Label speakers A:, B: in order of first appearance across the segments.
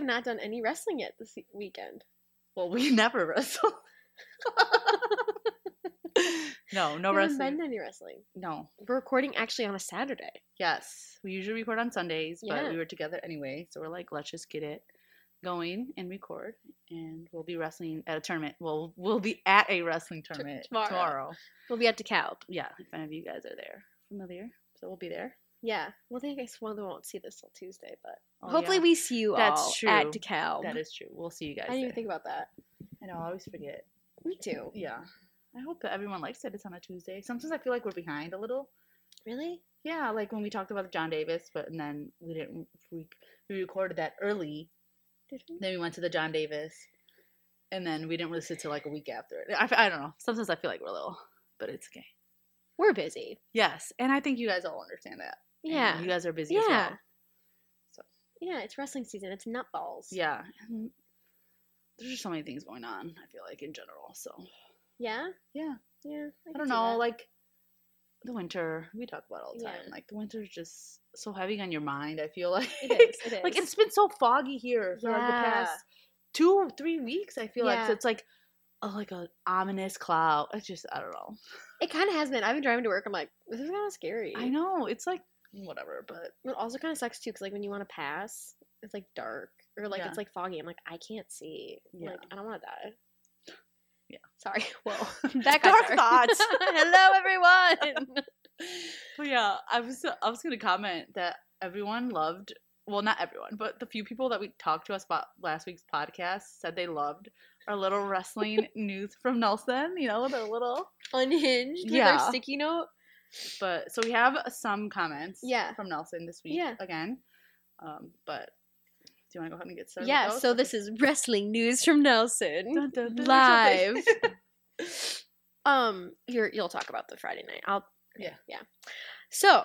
A: not done any wrestling yet this e- weekend.
B: Well, we never wrestle. no, no
A: we haven't
B: wrestling.
A: been to any wrestling.
B: No.
A: We're recording actually on a Saturday.
B: Yes, we usually record on Sundays, but
A: Yeah.
B: we were together anyway, so we're like, let's just get it going and record, and we'll be wrestling at a tournament. Well, we'll be at a wrestling tournament
A: tomorrow.
B: tomorrow.
A: We'll be at DeKalb.
B: Yeah, if any of you guys are there, familiar, so we'll be there.
A: Yeah. Well, they, I guess one of them won't see this till Tuesday, but
B: Oh,
A: hopefully
B: yeah,
A: we see you
B: That's
A: all at
B: true.
A: DeKalb.
B: That is true. We'll see you guys.
A: I didn't even
B: there.
A: think about that.
B: I know. I always forget.
A: Me too.
B: Yeah. I hope that everyone likes it. It's on a Tuesday. Sometimes I feel like we're behind a little.
A: Really?
B: Yeah, like when we talked about John Davis, but and then we didn't. We, we recorded that early,
A: Did we?
B: Then we went to the John Davis, and then we didn't release it till like a week after. it. I, f- I don't know. Sometimes I feel like we're little, but it's okay.
A: We're busy.
B: Yes, and I think you guys all understand that. and
A: Yeah.
B: you guys are busy as
A: Yeah.
B: well. So.
A: Yeah, it's wrestling season. It's nutballs.
B: Yeah, and there's just so many things going on. I feel like in general. So
A: Yeah?
B: yeah,
A: Yeah.
B: I
A: can
B: don't
A: see
B: know.
A: that.
B: Like the winter, we talk about all the
A: Yeah.
B: time. Like the winter's just so heavy on your mind. I feel like
A: It is, it
B: like
A: is.
B: it's been so foggy here for like the
A: Yeah.
B: past two three weeks. I feel like
A: Yeah.
B: so it's like a, like a ominous cloud. It's just I don't know.
A: It kind of has been. I've been driving to work. I'm like, this is kind of scary.
B: I know it's like whatever, but
A: It also kind of sucks too, because like when you want to pass, it's like dark or like
B: Yeah.
A: it's like foggy. I'm like, I can't see.
B: Yeah.
A: Like I don't want to die.
B: Yeah.
A: Sorry.
B: well,
A: That got
B: dark
A: dark.
B: thoughts.
A: Hello, everyone.
B: But yeah, I was I was gonna comment that everyone loved. Well, not everyone, but the few people that we talked to us about last week's podcast said they loved our little wrestling news from Nelson. You know, the little.
A: Unhinged. With
B: Yeah.
A: our sticky note.
B: But so we have some comments.
A: Yeah.
B: From Nelson this week.
A: Yeah.
B: Again, um, but do you want to go ahead and get started? with
A: yeah.
B: those?
A: So this is wrestling news from Nelson
B: Dun, dun, dun, or something.
A: live. um, you're, you'll talk about the Friday night. I'll.
B: Yeah.
A: Yeah. So.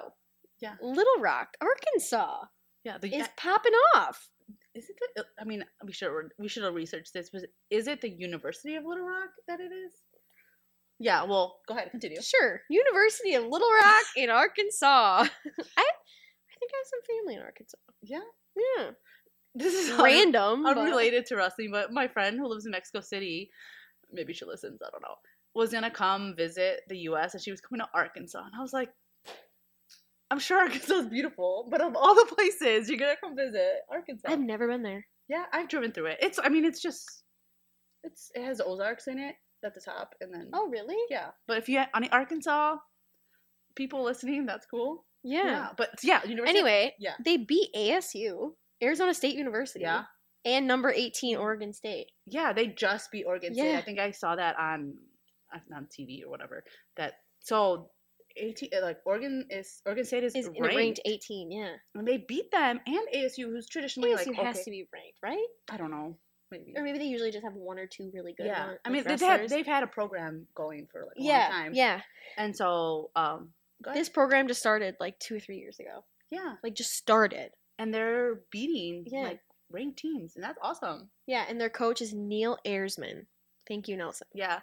B: Yeah.
A: Little Rock, Arkansas
B: yeah. The,
A: is popping off.
B: is it the, I mean, we should we should have researched this. Was is it the University of Little Rock that it is? Yeah. Well, go ahead. Continue.
A: Sure. University of Little Rock in Arkansas. I I think I have some family in Arkansas.
B: Yeah.
A: Yeah.
B: This is un-
A: Random. but-
B: unrelated to wrestling, but my friend who lives in Mexico City, maybe she listens. I don't know. Was gonna come visit the U.S. and she was coming to Arkansas, and I was like, I'm sure Arkansas is beautiful, but of all the places you're gonna come visit, Arkansas.
A: I've never been there.
B: yeah, I've driven through it. It's. I mean, it's just. It's. It has Ozarks in it at the top, and then.
A: Oh, really?
B: Yeah, but if you had on Arkansas people listening, that's cool.
A: Yeah.
B: but yeah, university.
A: Anyway,
B: Yeah.
A: they beat ASU, Arizona State University,
B: Yeah.
A: and number 18 Oregon State.
B: yeah, they just beat Oregon State. I
A: Yeah.
B: think I saw that on uh, on TV or whatever. That so. 18, uh, like Oregon is Oregon State is,
A: Is in
B: ranked,
A: ranked. 18, yeah.
B: and they beat them and ASU, who's traditionally
A: ASU
B: like
A: has
B: okay,
A: to be ranked, right?
B: I don't know, maybe
A: Or maybe they usually just have one or two really good
B: yeah.
A: one-
B: I
A: like,
B: mean they've had
A: wrestlers.
B: they've had a program going for like a
A: yeah,
B: long time,
A: yeah.
B: and so um go ahead.
A: This program just started like two or three years ago.
B: yeah,
A: Like just started.
B: and they're beating
A: Yeah.
B: like ranked teams, and that's awesome.
A: Yeah, and their coach is Neil Ayresman. Thank you, Nelson.
B: Yeah,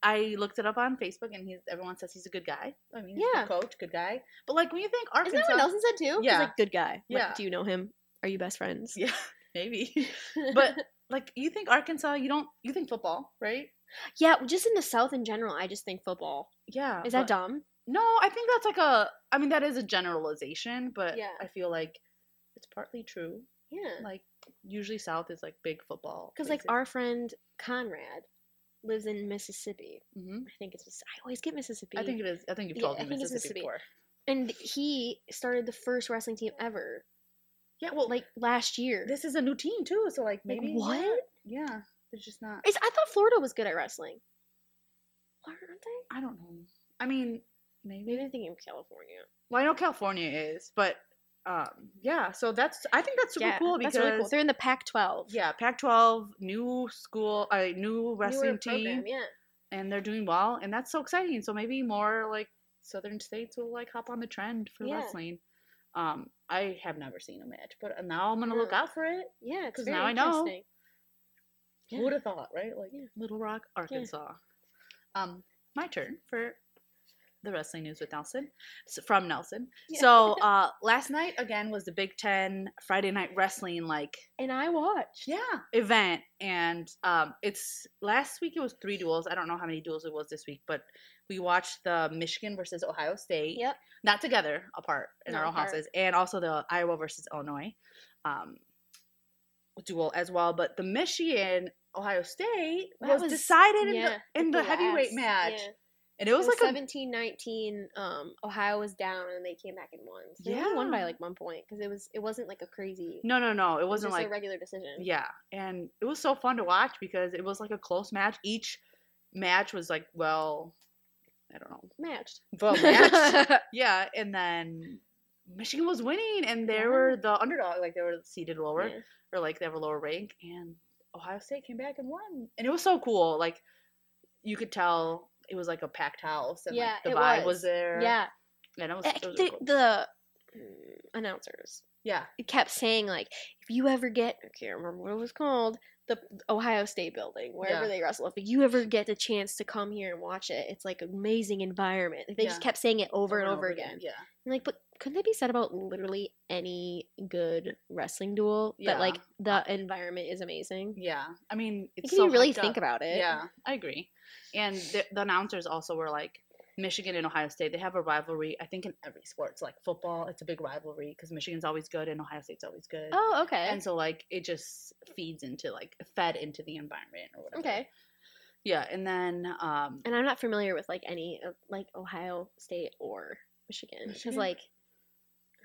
B: I looked it up on Facebook, and he's everyone says he's a good guy. I mean, he's
A: Yeah.
B: a good coach, good guy. But like when you think Arkansas,
A: Isn't that what Nelson said too? He's
B: Yeah.
A: like, good guy. Like,
B: Yeah.
A: do you know him? Are you best friends?
B: yeah, maybe. But like you think Arkansas, you don't you think football, right?
A: yeah, just in the South in general, I just think football.
B: Yeah.
A: Is that
B: but-
A: dumb?
B: no? I think that's like a. I mean, that is a generalization, but
A: Yeah.
B: I feel like it's partly true.
A: Yeah.
B: Like usually South is like big football
A: Because like our friend Conrad lives in Mississippi.
B: hmm
A: I think it's Miss- I always get Mississippi.
B: I think it is. I think you've
A: Yeah,
B: told
A: I
B: me
A: think it's Mississippi.
B: Mississippi, before.
A: and he started the first wrestling team ever,
B: Yeah. Well, like
A: like last year.
B: this is a new team too, so like
A: Like,
B: maybe yeah,
A: what?
B: Yeah, they're just not.
A: It's, I thought Florida was good at wrestling. Aren't they?
B: I don't know. I mean, maybe.
A: Maybe I'm thinking of California.
B: Well, I know California is, but um, yeah. So that's I think that's super
A: yeah,
B: cool because
A: that's really cool. They're in the Pac-12.
B: yeah, Pac-12 new school, uh, new
A: Newer
B: wrestling team,
A: program, yeah.
B: and they're doing well, and that's so exciting. So maybe more like southern states will like hop on the trend for
A: Yeah.
B: wrestling. Um, I have never seen a match, but uh, now I'm gonna look
A: No.
B: out for it.
A: Yeah, it's
B: 'Cause
A: very
B: now I know.
A: interesting. Yeah.
B: Who would have thought, right? Like
A: Yeah.
B: Little Rock, Arkansas. Um, my turn for the wrestling news with Nelson s- from Nelson.
A: Yeah.
B: So uh, last night again was the Big Ten Friday Night Wrestling like
A: And I watched.
B: yeah event, and um, it's last week it was three duels. I don't know how many duels it was this week, but we watched the Michigan versus Ohio State.
A: Yep.
B: not together, apart in our
A: No,
B: own
A: apart.
B: houses, and also the Iowa versus Illinois um, duel as well. But the Michigan Ohio State
A: That
B: was,
A: was-
B: decided in
A: yeah,
B: the in the
A: Cool
B: heavyweight
A: ass.
B: match,
A: Yeah.
B: and it was, like a
A: seventeen nineteen. Um, Ohio was down and they came back and won. So they only won by
B: Yeah.
A: like one point because it was it wasn't like a crazy.
B: no, no, no. It
A: it was
B: wasn't
A: just
B: like
A: a regular decision.
B: yeah, and it was so fun to watch because it was like a close match. Each match was like well, I don't know,
A: matched.
B: well matched. yeah, and then Michigan was winning, and they
A: Yeah.
B: were the underdog, like they were seated lower.
A: Yeah.
B: or like they have a lower rank and ohio state came back and won and it was so cool like you could tell it was like a packed house and
A: Yeah,
B: like the
A: it
B: vibe was.
A: was.
B: there
A: yeah.
B: and it was,
A: I
B: it was
A: think
B: really cool.
A: the mm, announcers
B: yeah
A: kept saying like, if you ever get, I can't remember what it was called, the Ohio State Building, wherever
B: Yeah.
A: they wrestle. If you ever get the chance to come here and watch it, it's like an amazing environment. Like, they just
B: Yeah.
A: kept saying it over and over, again.
B: yeah
A: I'm like, but couldn't that be said about literally any good wrestling duel? That like the environment is amazing.
B: yeah i mean
A: Like,
B: it's
A: if
B: so
A: you really
B: hyped
A: think
B: up.
A: about it,
B: yeah i agree and the, the announcers also were like michigan and ohio state they have a rivalry i think in every sport it's like football it's a big rivalry because michigan's always good and ohio state's always good
A: Oh, okay.
B: and so like it just feeds into like fed into the environment or whatever
A: okay.
B: Yeah, and then um
A: And I'm not familiar with like any of like Ohio State or Michigan because
B: Michigan?
A: like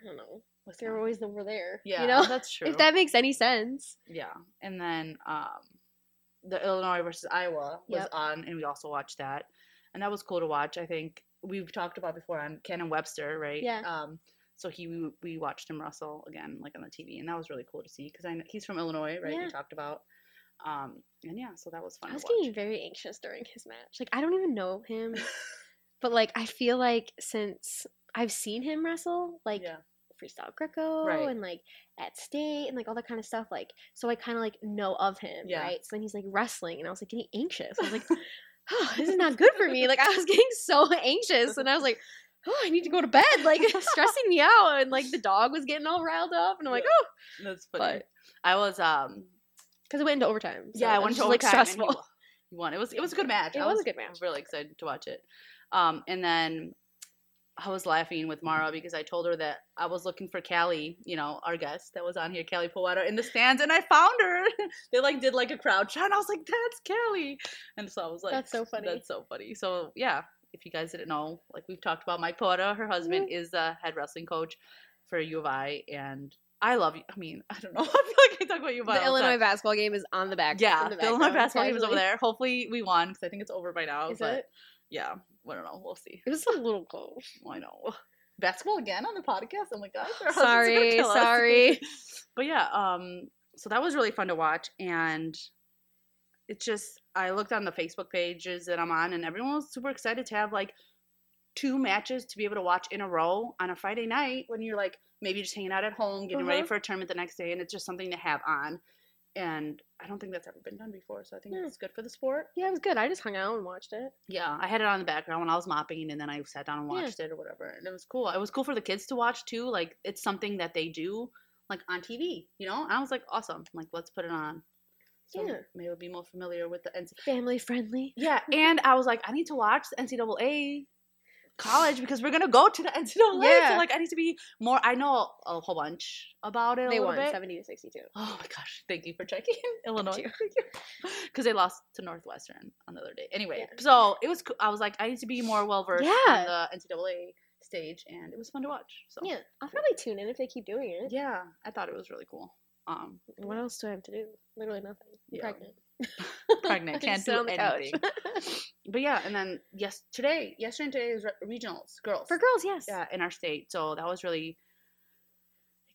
A: I don't know.
B: what's
A: They're
B: that?
A: always the we're there.
B: yeah,
A: You know.
B: that's true.
A: If that makes any sense.
B: yeah, and then um the Illinois versus Iowa was
A: Yep.
B: on, and we also watched that, and that was cool to watch. I think we've talked about before on Cannon Webster, right?
A: Yeah.
B: Um, so he we, we watched him wrestle again, like on the TV, and that was really cool to see because I know, he's from Illinois, right?
A: Yeah.
B: We talked about. Um, and yeah, so that was fun.
A: I was
B: to watch.
A: getting very anxious during his match. Like I don't even know him, but like I feel like since I've seen him wrestle, like
B: yeah,
A: freestyle Greco
B: Right.
A: and like at state and like all that kind of stuff. Like, so I kind of like know of him,
B: Yeah.
A: right? So then he's like wrestling, and I was like getting anxious. I was like, oh, this is not good for me. Like, I was getting so anxious, and I was like, oh, I need to go to bed. Like, it's stressing me out, and like the dog was getting all riled up, and I'm like,
B: Yeah.
A: oh,
B: that's funny. I was um
A: because it went into overtime. so
B: yeah, I
A: it
B: went
A: was
B: to
A: just, like
B: overtime. and he
A: stressful.
B: wa- He won. It was it was a good match.
A: It
B: I
A: was a good match.
B: Really excited to watch it. Um, and then I was laughing with Mara because I told her that I was looking for Callie, you know, our guest that was on here, Callie Powato, in the stands, and I found her. they like did like a crowd shot, and I was like, "That's Callie," and so I was like,
A: That's so funny.
B: That's so funny." So yeah, if you guys didn't know, like we've talked about Mike Powato, her husband
A: Mm-hmm.
B: is the head wrestling coach for U of I, and I love. you. I mean, I don't know. I feel like I talk about U of I.
A: The
B: all time.
A: Illinois basketball game is on the back.
B: Yeah,
A: in the
B: the Illinois
A: background,
B: basketball game is over
A: casually.
B: there. Hopefully, we won because I think it's over by now.
A: Is
B: but
A: it?
B: yeah, I don't know. We'll see.
A: It was a little close.
B: I know. Basketball again on the podcast. Oh my gosh. our husbands are gonna
A: sorry,
B: kill us.
A: sorry.
B: but yeah, um, so that was really fun to watch, and it just I looked on the Facebook pages that I'm on, and everyone was super excited to have like two matches to be able to watch in a row on a Friday night when you're like maybe just hanging out at home, getting ready
A: Uh-huh.
B: for a tournament the next day, and it's just something to have on. And I don't think that's ever been done before, so I think
A: Yeah.
B: it's good for the sport.
A: Yeah, it was good. I just hung out and watched it.
B: Yeah, I had it on the background when I was mopping, and then I sat down and
A: Yeah.
B: watched it or whatever, and it was cool. It was cool for the kids to watch too. Like it's something that they do, like on TV, you know. And I was like, awesome. Like let's put it on. So
A: Yeah.
B: maybe we'll be more familiar with the NCAA.
A: Family friendly.
B: Yeah, and I was like, I need to watch the NCAA college because we're gonna go to the NCAA. So
A: Yeah.
B: like, I need to be more. I know a whole bunch about it. a
A: They
B: little
A: won
B: bit.
A: seventy to sixty-two.
B: Oh my gosh! Thank you for checking, Illinois.
A: you.
B: Because they lost to Northwestern on the other day. Anyway,
A: Yeah.
B: so it was. co- I was like, I need to be more well versed on
A: Yeah.
B: the NCAA stage, and it was fun to watch. So
A: Yeah, I'll probably tune in if they keep doing it.
B: yeah, I thought it was really cool. Um,
A: What else do I have to do? Literally nothing. I'm
B: Yeah.
A: Pregnant.
B: pregnant,
A: I just
B: can't
A: sit
B: do
A: on the couch.
B: anything. but yeah, and then yes, today, yesterday, and today is re- regionals, girls
A: For girls, yes.
B: yeah, uh, in our state. So that was really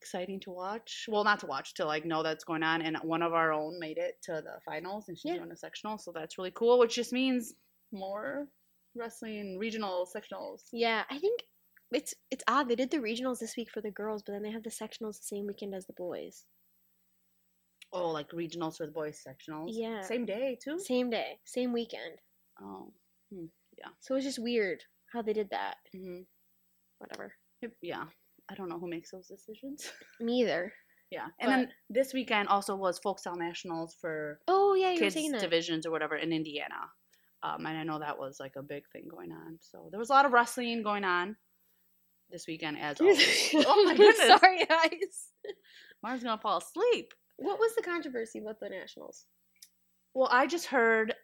B: exciting to watch. Well, not to watch, to like know that's going on. And one of our own made it to the finals and she's
A: Yeah.
B: doing a sectional. So that's really cool, which just means more wrestling regional sectionals.
A: Yeah, I think it's it's odd. They did the regionals this week for the girls, but then they have the sectionals the same weekend as the boys.
B: Oh, like regionals for the boys sectionals.
A: Yeah.
B: Same day too.
A: Same day, same weekend.
B: Oh.
A: So it's just weird how they did that.
B: hmm
A: Whatever.
B: Yeah. I don't know who makes those decisions.
A: Me either.
B: yeah. And then this weekend also was Folkstyle Nationals for
A: Oh yeah, you were
B: kids
A: saying that.
B: divisions or whatever in Indiana. Um, and I know that was like a big thing going on. So there was a lot of wrestling going on this weekend as always.
A: oh
B: my
A: my
B: goodness.
A: Sorry, guys.
B: Martin's gonna fall asleep.
A: What was the controversy about the nationals?
B: Well, I just heard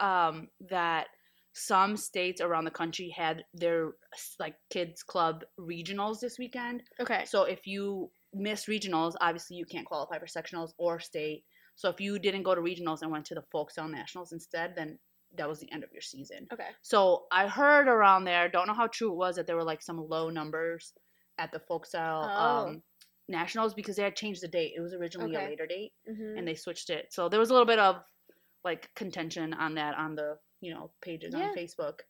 B: um, that some states around the country had their s- like kids club regionals this weekend.
A: Okay.
B: So if you miss regionals, obviously you can't qualify for sectionals or state. So if you didn't go to regionals and went to the Folkstone Nationals instead, then that was the end of your season.
A: Okay.
B: So I heard around there, don't know how true it was, that there were like some low numbers at the Folkstyle
A: Oh.
B: um, Nationals because they had changed the date. It was originally
A: Okay.
B: a later date
A: Mm-hmm.
B: and they switched it. So there was a little bit of like contention on that on the you know pages
A: Yeah.
B: on Facebook.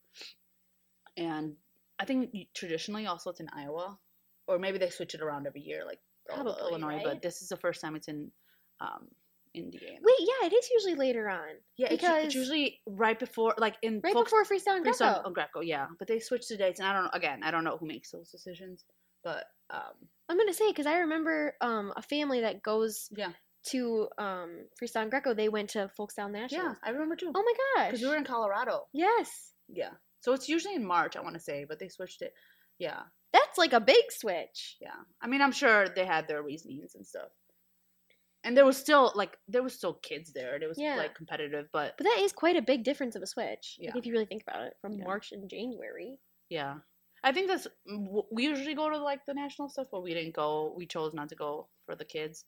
B: And I think y- traditionally also it's in Iowa, or maybe they switch it around every year, like all the
A: Probably,
B: Illinois.
A: right?
B: But this is the first time it's in um, Indiana.
A: Wait, yeah, it is usually later on.
B: yeah, it's, u-
A: because-
B: it's usually right before, like in
A: Right
B: folks-
A: before freestyle and
B: Freestyle
A: Greco.
B: and Greco, yeah. But they switched the dates, and I don't know. Again, I don't know who makes those decisions, but um,
A: I'm gonna say because I remember um, a family that goes
B: yeah,
A: to um, freestyle and Greco. They went to Folkstyle
B: yeah,
A: Nationals.
B: I remember too.
A: Oh my gosh.
B: Because we were in Colorado.
A: yes,
B: Yeah. So it's usually in March, I want to say, but they switched it. Yeah.
A: that's like a big switch.
B: Yeah. I mean, I'm sure they had their reasonings and stuff. And there was still like there was still kids there. and It was
A: Yeah.
B: like competitive, but
A: But that is quite a big difference of a switch. like,
B: Yeah.
A: if you really think about it, from
B: Yeah.
A: March and January.
B: yeah. I think that's w- we usually go to like the national stuff, but we didn't go. We chose not to go for the kids,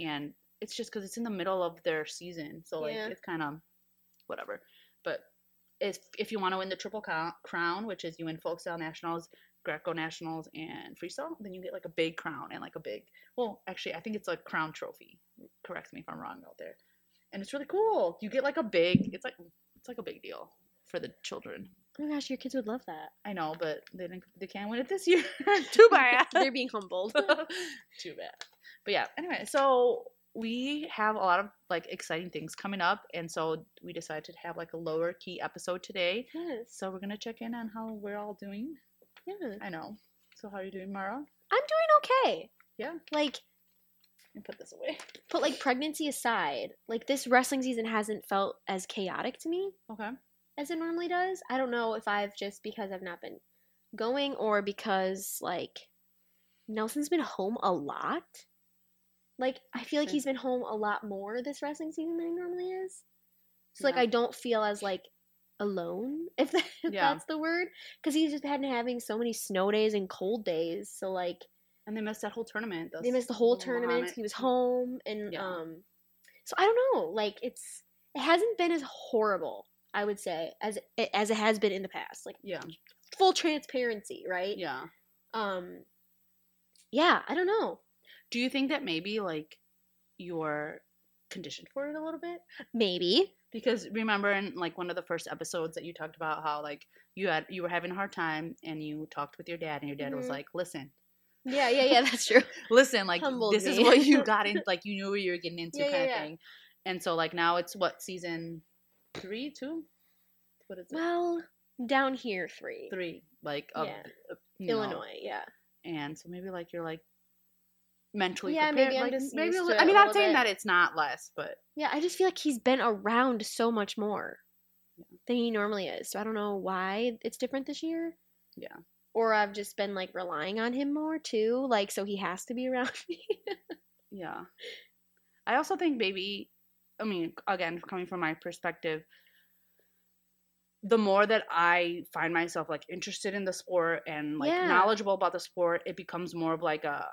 B: and it's just because it's in the middle of their season, so like
A: Yeah.
B: it's kind of whatever. But if if you want to win the triple cou- crown, which is you win folkstyle nationals, Greco nationals, and freestyle, then you get like a big crown and like a big. Well, actually, I think it's a crown trophy. Correct me if I'm wrong out there. And it's really cool. You get like a big. It's like it's like a big deal for the children.
A: Oh my gosh, your kids would love that.
B: I know, but they didn't. They can't win it this year. Too bad.
A: They're being humbled.
B: Too bad. But yeah. Anyway, so we have a lot of like exciting things coming up, and so we decided to have like a lower key episode today.
A: yes.
B: So we're gonna check in on how we're all doing.
A: Yeah. I'm
B: I know. So how are you doing, Mara?
A: doing okay.
B: Yeah.
A: Like,
B: And put this away.
A: put like pregnancy aside, like this wrestling season hasn't felt as chaotic to me
B: Okay.
A: as it normally does. I don't know if I've just because I've not been going or because like Nelson's been home a lot. Like I feel like
B: Okay.
A: he's been home a lot more this wrestling season than he normally is. So like
B: Yeah.
A: I don't feel as like alone if, that, if
B: Yeah.
A: that's the word because he's just been having so many snow days and cold days. So like
B: And they missed that whole tournament.
A: they
B: that's-
A: missed the whole
B: Muhammad-
A: tournament. 'cause He was home, and
B: Yeah.
A: um, so I don't know. Like it's it hasn't been as horrible, I would say, as it- as it has been in the past. Like
B: Yeah.
A: full transparency, right?
B: Yeah.
A: Um, yeah, I don't know.
B: Do you think that maybe like you're conditioned for it a little bit?
A: Maybe.
B: because remember in like one of the first episodes that you talked about how like you had you were having a hard time and you talked with your dad and your dad was
A: Mhm.
B: like listen
A: Yeah, yeah, yeah. That's true.
B: listen like
A: Humbled
B: this is
A: me.
B: what you got in like you knew what you were getting into
A: Yeah, yeah,
B: kind of
A: yeah.
B: thing and so like now it's what season three two what is it
A: well, down here three,
B: three like of
A: yeah.
B: uh, you know,
A: Illinois. Yeah.
B: and so maybe like you're like mentally
A: Yeah,
B: prepared,
A: maybe I'm
B: like,
A: just
B: maybe
A: used
B: a
A: to
B: li-
A: it
B: i
A: a
B: mean i'm
A: little
B: saying
A: bit.
B: that it's not less but
A: Yeah, I just feel like he's been around so much more than he normally is. So I don't know why it's different this year.
B: Yeah.
A: Or I've just been like relying on him more too, like so he has to be around me.
B: Yeah. I also think maybe, I mean, again, coming from my perspective, the more that I find myself like interested in the sport and like
A: Yeah.
B: knowledgeable about the sport, it becomes more of like a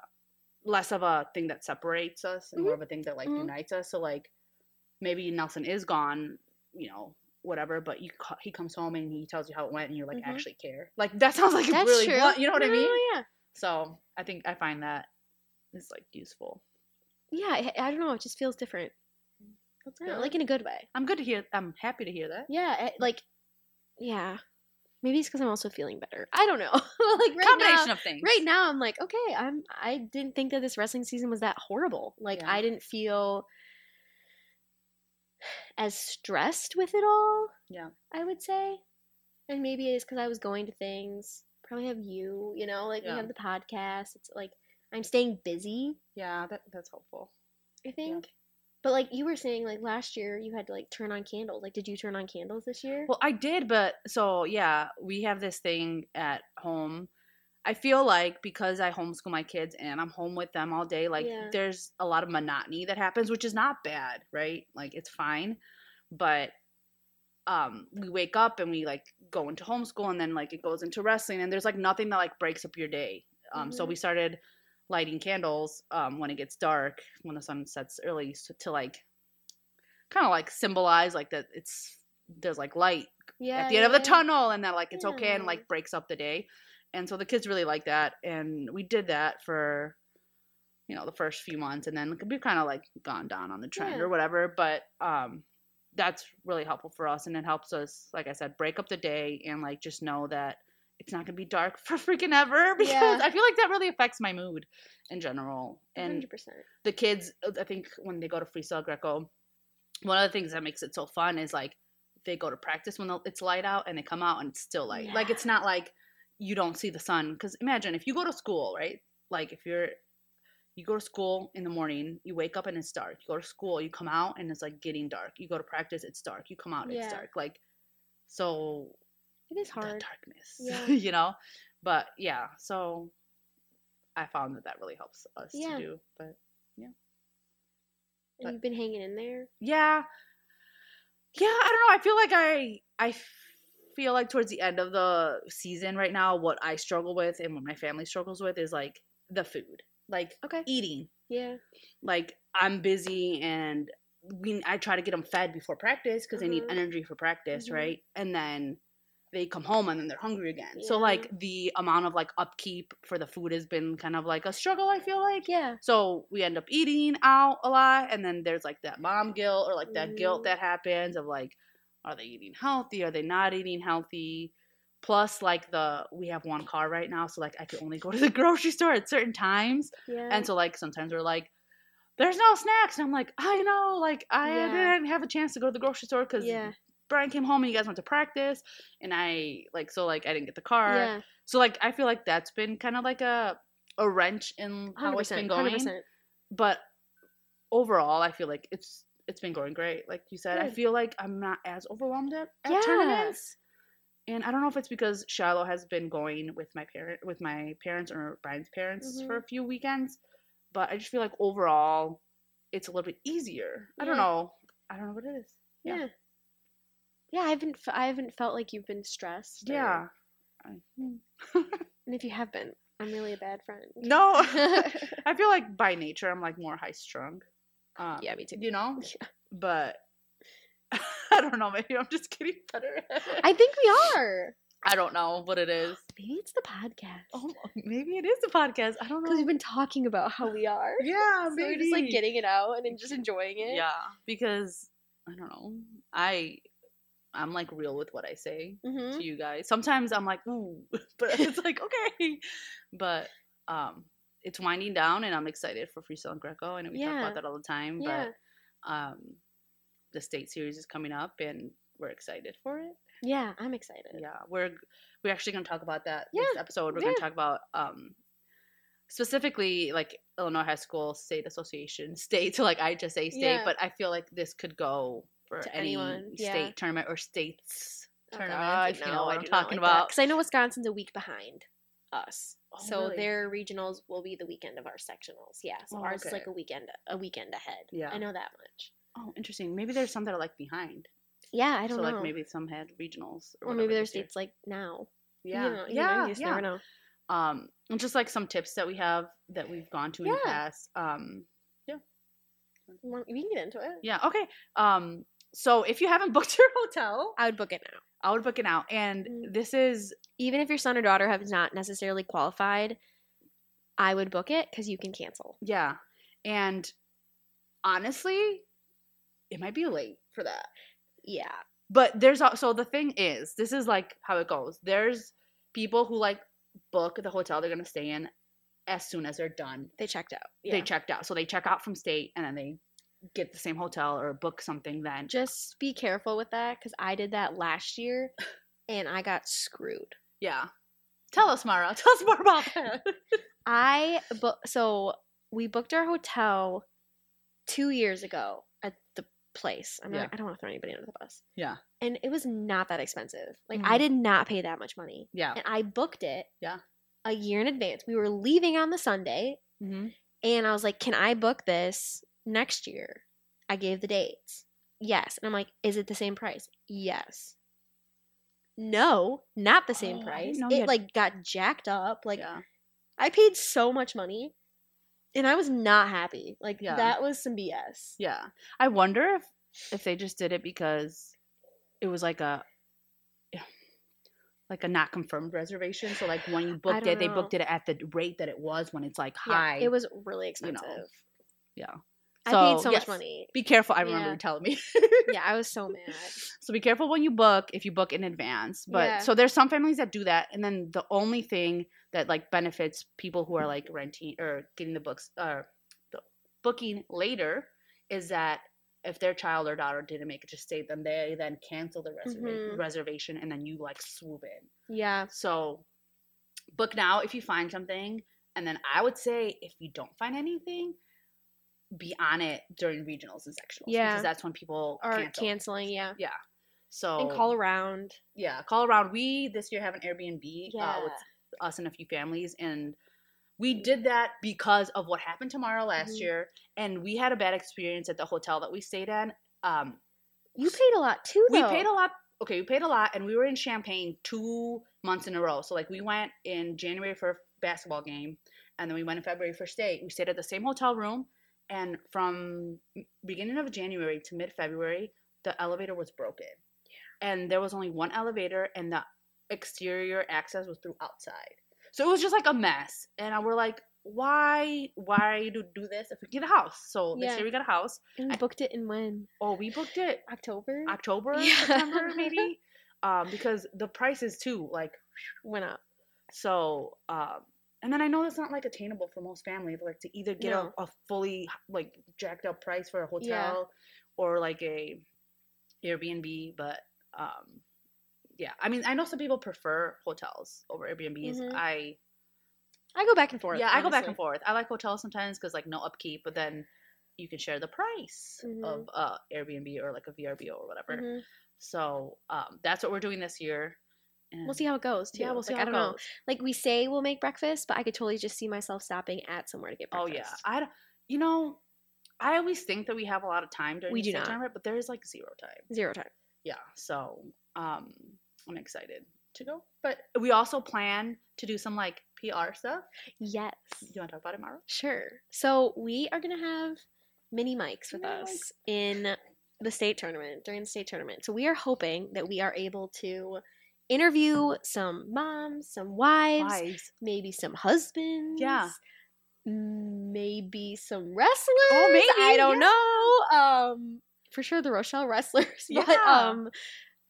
B: less of a thing that separates us and more of a thing that like
A: Mhm.
B: unites us. So like maybe Nelson is gone, you know, whatever, but you co- he comes home and he tells you how it went and you're like
A: Mhm.
B: actually care. Like that sounds like a really blunt- you know what I
A: No,
B: mean?
A: Yeah.
B: So, I think I find that is like useful.
A: Yeah, I, I don't know. It just feels different.
B: That's
A: I don't know, like in a good way.
B: I'm good to hear. I'm happy to hear that.
A: Yeah. I- like, yeah. Maybe it's because I'm also feeling better. I don't know. like right now,
B: Combination of things.
A: right now i'm like okay i'm i didn't think that this wrestling season was that horrible like
B: Yeah.
A: i didn't feel as stressed with it all
B: Yeah.
A: i would say and maybe it's because I was going to things. Probably have you, you know, like
B: Yeah.
A: we have the podcast. It's like I'm staying busy,
B: Yeah, that, that's helpful.
A: I think. But like you were saying, like last year you had to like turn on candles. Like, did you turn on candles this year?
B: Well, I did, but so yeah, we have this thing at home. I feel like because I homeschool my kids and I'm home with them all day, like
A: Yeah.
B: there's a lot of monotony that happens, which is not bad, right? Like it's fine, but um we wake up and we like go into homeschool and then like it goes into wrestling and there's like nothing that like breaks up your day. Um so
A: Mhm.
B: we started lighting candles um when it gets dark, when the sun sets early s to like kind of like symbolize like that it's there's like light
A: yeah.
B: at the end of the
A: yeah, yeah.
B: tunnel and that like it's okay and
A: Yeah.
B: like breaks up the day and so the kids really like that and we did that for you know the first few months and then we've kind of like gone down on the trend
A: Yeah.
B: or whatever but um that's really helpful for us and it helps us like i said break up the day and like just know that it's not going to be dark for freaking ever because
A: Yeah.
B: i feel like that really affects my mood in general and
A: 100%.
B: the kids i think when they go to freestyle greco one of the things that makes it so fun is like they go to practice when the- it's light out and they come out and it's still light like it's not like you don't see the sun because imagine if you go to school right like if you're you go to school in the morning you wake up and it's dark you go to school you come out and it's like getting dark you go to practice it's dark you come out
A: Yeah.
B: it's dark like so
A: It is
B: the
A: hard.
B: darkness
A: Yeah.
B: you know but yeah so i found that that really helps us
A: Yeah.
B: to do but
A: And you've been hanging in there.
B: yeah yeah i don't know i feel like i i feel like towards the end of the season right now what i struggle with and what my family struggles with is like the food like
A: Okay.
B: eating
A: Yeah.
B: like i'm busy and we i try to get them fed before practice because they need
A: Mhm.
B: energy for practice
A: Mhm.
B: right and then they come home and then they're hungry again so
A: Yeah.
B: like the amount of like upkeep for the food has been kind of like a struggle i feel like
A: Yeah.
B: so we end up eating out a lot, and then there's like that mom guilt or like that guilt
A: Mm.
B: that happens of like, are they eating healthy? Are they not eating healthy? Plus, like the we have one car right now, so like I can only go to the grocery store at certain times,
A: Yeah.
B: and so like sometimes we're like, there's no snacks, and I'm like, I know, like I
A: Yeah.
B: didn't have a chance to go to the grocery store because
A: yeah.
B: Brian came home and you guys went to practice, and I like so like I didn't get the car,
A: Yeah.
B: so like I feel like that's been kind of like a a wrench in how it's been
A: 100%.
B: going
A: 100%.
B: but overall i feel like it's it's been going great like you said i
A: Good.
B: feel like i'm not as overwhelmed at, at
A: Yeah.
B: tournaments and i don't know if it's because shiloh has been going with my parent with my parents or brian's parents
A: Mm-hmm.
B: for a few weekends but i just feel like overall it's a little bit easier i don't
A: Yeah.
B: know i don't know what it is Yeah.
A: Yeah. Yeah, I haven't f- I haven't felt like you've been stressed. or-
B: yeah I- mm.
A: and if you have been, I'm really a bad friend.
B: no i feel like by nature i'm like more high strung um,
A: yeah, me too.
B: you know but i don't know maybe i'm just getting better at it.
A: I think we are.
B: I don't know what it is.
A: Maybe it's the podcast.
B: Oh, maybe it is a podcast. I don't
A: Because
B: know.
A: we've been talking about how we are.
B: yeah,
A: so we're just like getting it out and then just enjoying it.
B: Yeah, because I don't know. I I'm like real with what I say
A: hmm
B: to you guys. Sometimes I'm like, ooh, but it's like okay. But um, it's winding down, and I'm excited for Freestyle and Greco. I know we talk
A: Yeah.
B: about that all the time,
A: Yeah.
B: but um, the state series is coming up, and we're excited for it.
A: Yeah, I'm excited.
B: Yeah, we're g- we're actually gonna talk about that
A: Yeah,
B: next episode. We're gonna
A: yeah.
B: talk about um specifically like Illinois High School State Association state to like IHSA state,
A: Yeah.
B: but I feel like this could go for
A: To
B: any
A: anyone,
B: state
A: yeah.
B: tournament or states
A: Oh,
B: tournament.
A: God,
B: if you
A: no,
B: know
A: I
B: what I'm
A: do not
B: talking
A: like that,
B: about.
A: 'cause I know Wisconsin's a week behind us.
B: Oh,
A: so
B: really?
A: their regionals will be the weekend of our sectionals. Yeah. So
B: Oh,
A: ours is like
B: okay.
A: a weekend a weekend ahead.
B: Yeah.
A: I know that much.
B: Oh, interesting. Maybe there's some that are like behind.
A: Yeah, I don't
B: so
A: know.
B: like maybe some had regionals
A: or
B: whatever
A: maybe their
B: this year.
A: state's like now. You
B: Yeah.
A: know, you know,
B: yeah.
A: you just
B: yeah.
A: never know.
B: um and just like some tips that we have that we've gone to in the
A: Yeah.
B: past. Um
A: You want- We can get into it.
B: yeah, okay. Um so if you haven't booked your hotel,
A: I would book it now.
B: I would book it out. And
A: Mm.
B: this is
A: Even if your son or daughter have not necessarily qualified, I would book it because you can cancel.
B: yeah. And honestly, it might be late for that.
A: Yeah.
B: But there's al- so the thing is, this is like how it goes. There's people who like book the hotel they're gonna stay in as soon as they're done.
A: They checked out.
B: They checked out. So they check out from state and then they get the same hotel or book something then.
A: Just be careful with that because I did that last year and I got screwed.
B: Yeah. Tell us, Mara. Tell us more about that.
A: I bu- so we booked our hotel two years ago at the place. I'm
B: Yeah.
A: not, I don't want to throw anybody under the bus.
B: Yeah.
A: And it was not that expensive. Like I
B: Mhm.
A: did not pay that much money,
B: yeah.
A: and I booked it.
B: Uh. Yeah.
A: A year in advance. We were leaving on the Sunday,
B: Mm-hmm.
A: and I was like, "Can I book this next year?" I gave the dates. Yes, and I'm like, "Is it the same price?" Yes. No, not the same
B: Oh, I
A: price.
B: didn't know you
A: It
B: had-
A: like got jacked up. Like
B: yeah.
A: I paid so much money and I was not happy. Like
B: Yeah.
A: that was some BS.
B: Yeah. I wonder if if they just did it because it was like a like a not confirmed reservation. So like when you booked it,
A: don't
B: they
A: know.
B: booked it at the rate that it was when it's like
A: Yeah,
B: high.
A: it was really
B: you know.
A: expensive.
B: Yeah.
A: I paid
B: So,
A: so
B: yes.
A: much money.
B: be careful. I remember
A: Yeah.
B: you telling me.
A: Yeah, I was so mad.
B: so be careful when you book if you book in advance. But
A: Yeah.
B: so there's some families that do that, and then the only thing that like benefits people who are like renting or getting the books or the booking later is that if their child or daughter didn't make it to stay, then they then cancel the reserva-
A: Mhm.
B: reservation, and then you like swoop in.
A: Yeah.
B: So book now if you find something, and then I would say if you don't find anything. Be on it during regionals and sectionals
A: Yeah.
B: because that's when people
A: Or
B: cancel.
A: canceling, yeah.
B: So
A: And call around.
B: yeah, call around. We this year have an Airbnb uh,
A: Yeah.
B: with us and a few families, and we did that because of what happened tomorrow last
A: Mhm.
B: year, and we had a bad experience at the hotel that we stayed in. Um,
A: You paid a lot too
B: we
A: though.
B: paid a lot. Okay, we paid a lot, and we were in Champagne two months in a row. So like, we went in January for a basketball game, and then we went in February for stay. We stayed at the same hotel room, and from m- beginning of January to mid February, the elevator was broken, and there was only one elevator, and the exterior access was through outside. So it was just like a mess, and I- we're like, why, why do do this if we get a house? So this
A: Yeah.
B: year we got a house.
A: and we
B: I-
A: booked it in when?
B: Oh, we booked it
A: October?
B: October,
A: Yeah.
B: September, maybe. Um, because the prices too, like
A: Went up.
B: so. Um, and then I know that's not like attainable for most families, like to either get
A: No.
B: a, a fully like jacked up price for a hotel
A: Yeah.
B: or like a Airbnb. But um, yeah, I mean, I know some people prefer hotels over Airbnbs.
A: Mhm.
B: I
A: I go back and forth.
B: yeah, I go back
A: honestly.
B: and forth. I like hotels sometimes because like no upkeep, but then you can share the price of
A: Mhm.
B: uh, Airbnb or like a VRBO or whatever.
A: Mhm.
B: So um, that's what we're doing this year. And
A: We'll see how it goes too.
B: Mm. yeah, we'll see
A: Like,
B: how
A: I
B: it
A: don't know.
B: goes.
A: Like we say we'll make breakfast, but I could totally just see myself stopping at somewhere to get
B: Oh
A: breakfast.
B: yeah, I don't- you know, I always think that we have a lot of time during
A: We
B: the
A: do not.
B: tournament, but there is like zero time.
A: Zero time.
B: Yeah, so um, I'm excited to go. But we also plan to do some like PR stuff.
A: Yes.
B: Do you want to talk about it, Mara?
A: Sure. So we are gonna have mini mics with
B: Mini mics.
A: us in the state tournament during the state tournament. So we are hoping that we are able to interview some moms, some wives,
B: Wives.
A: maybe some husbands. Maybe some wrestlers. I
B: Oh, maybe,
A: don't
B: yeah.
A: know. Um, for sure the Rochelle wrestlers, but
B: Yeah.
A: um,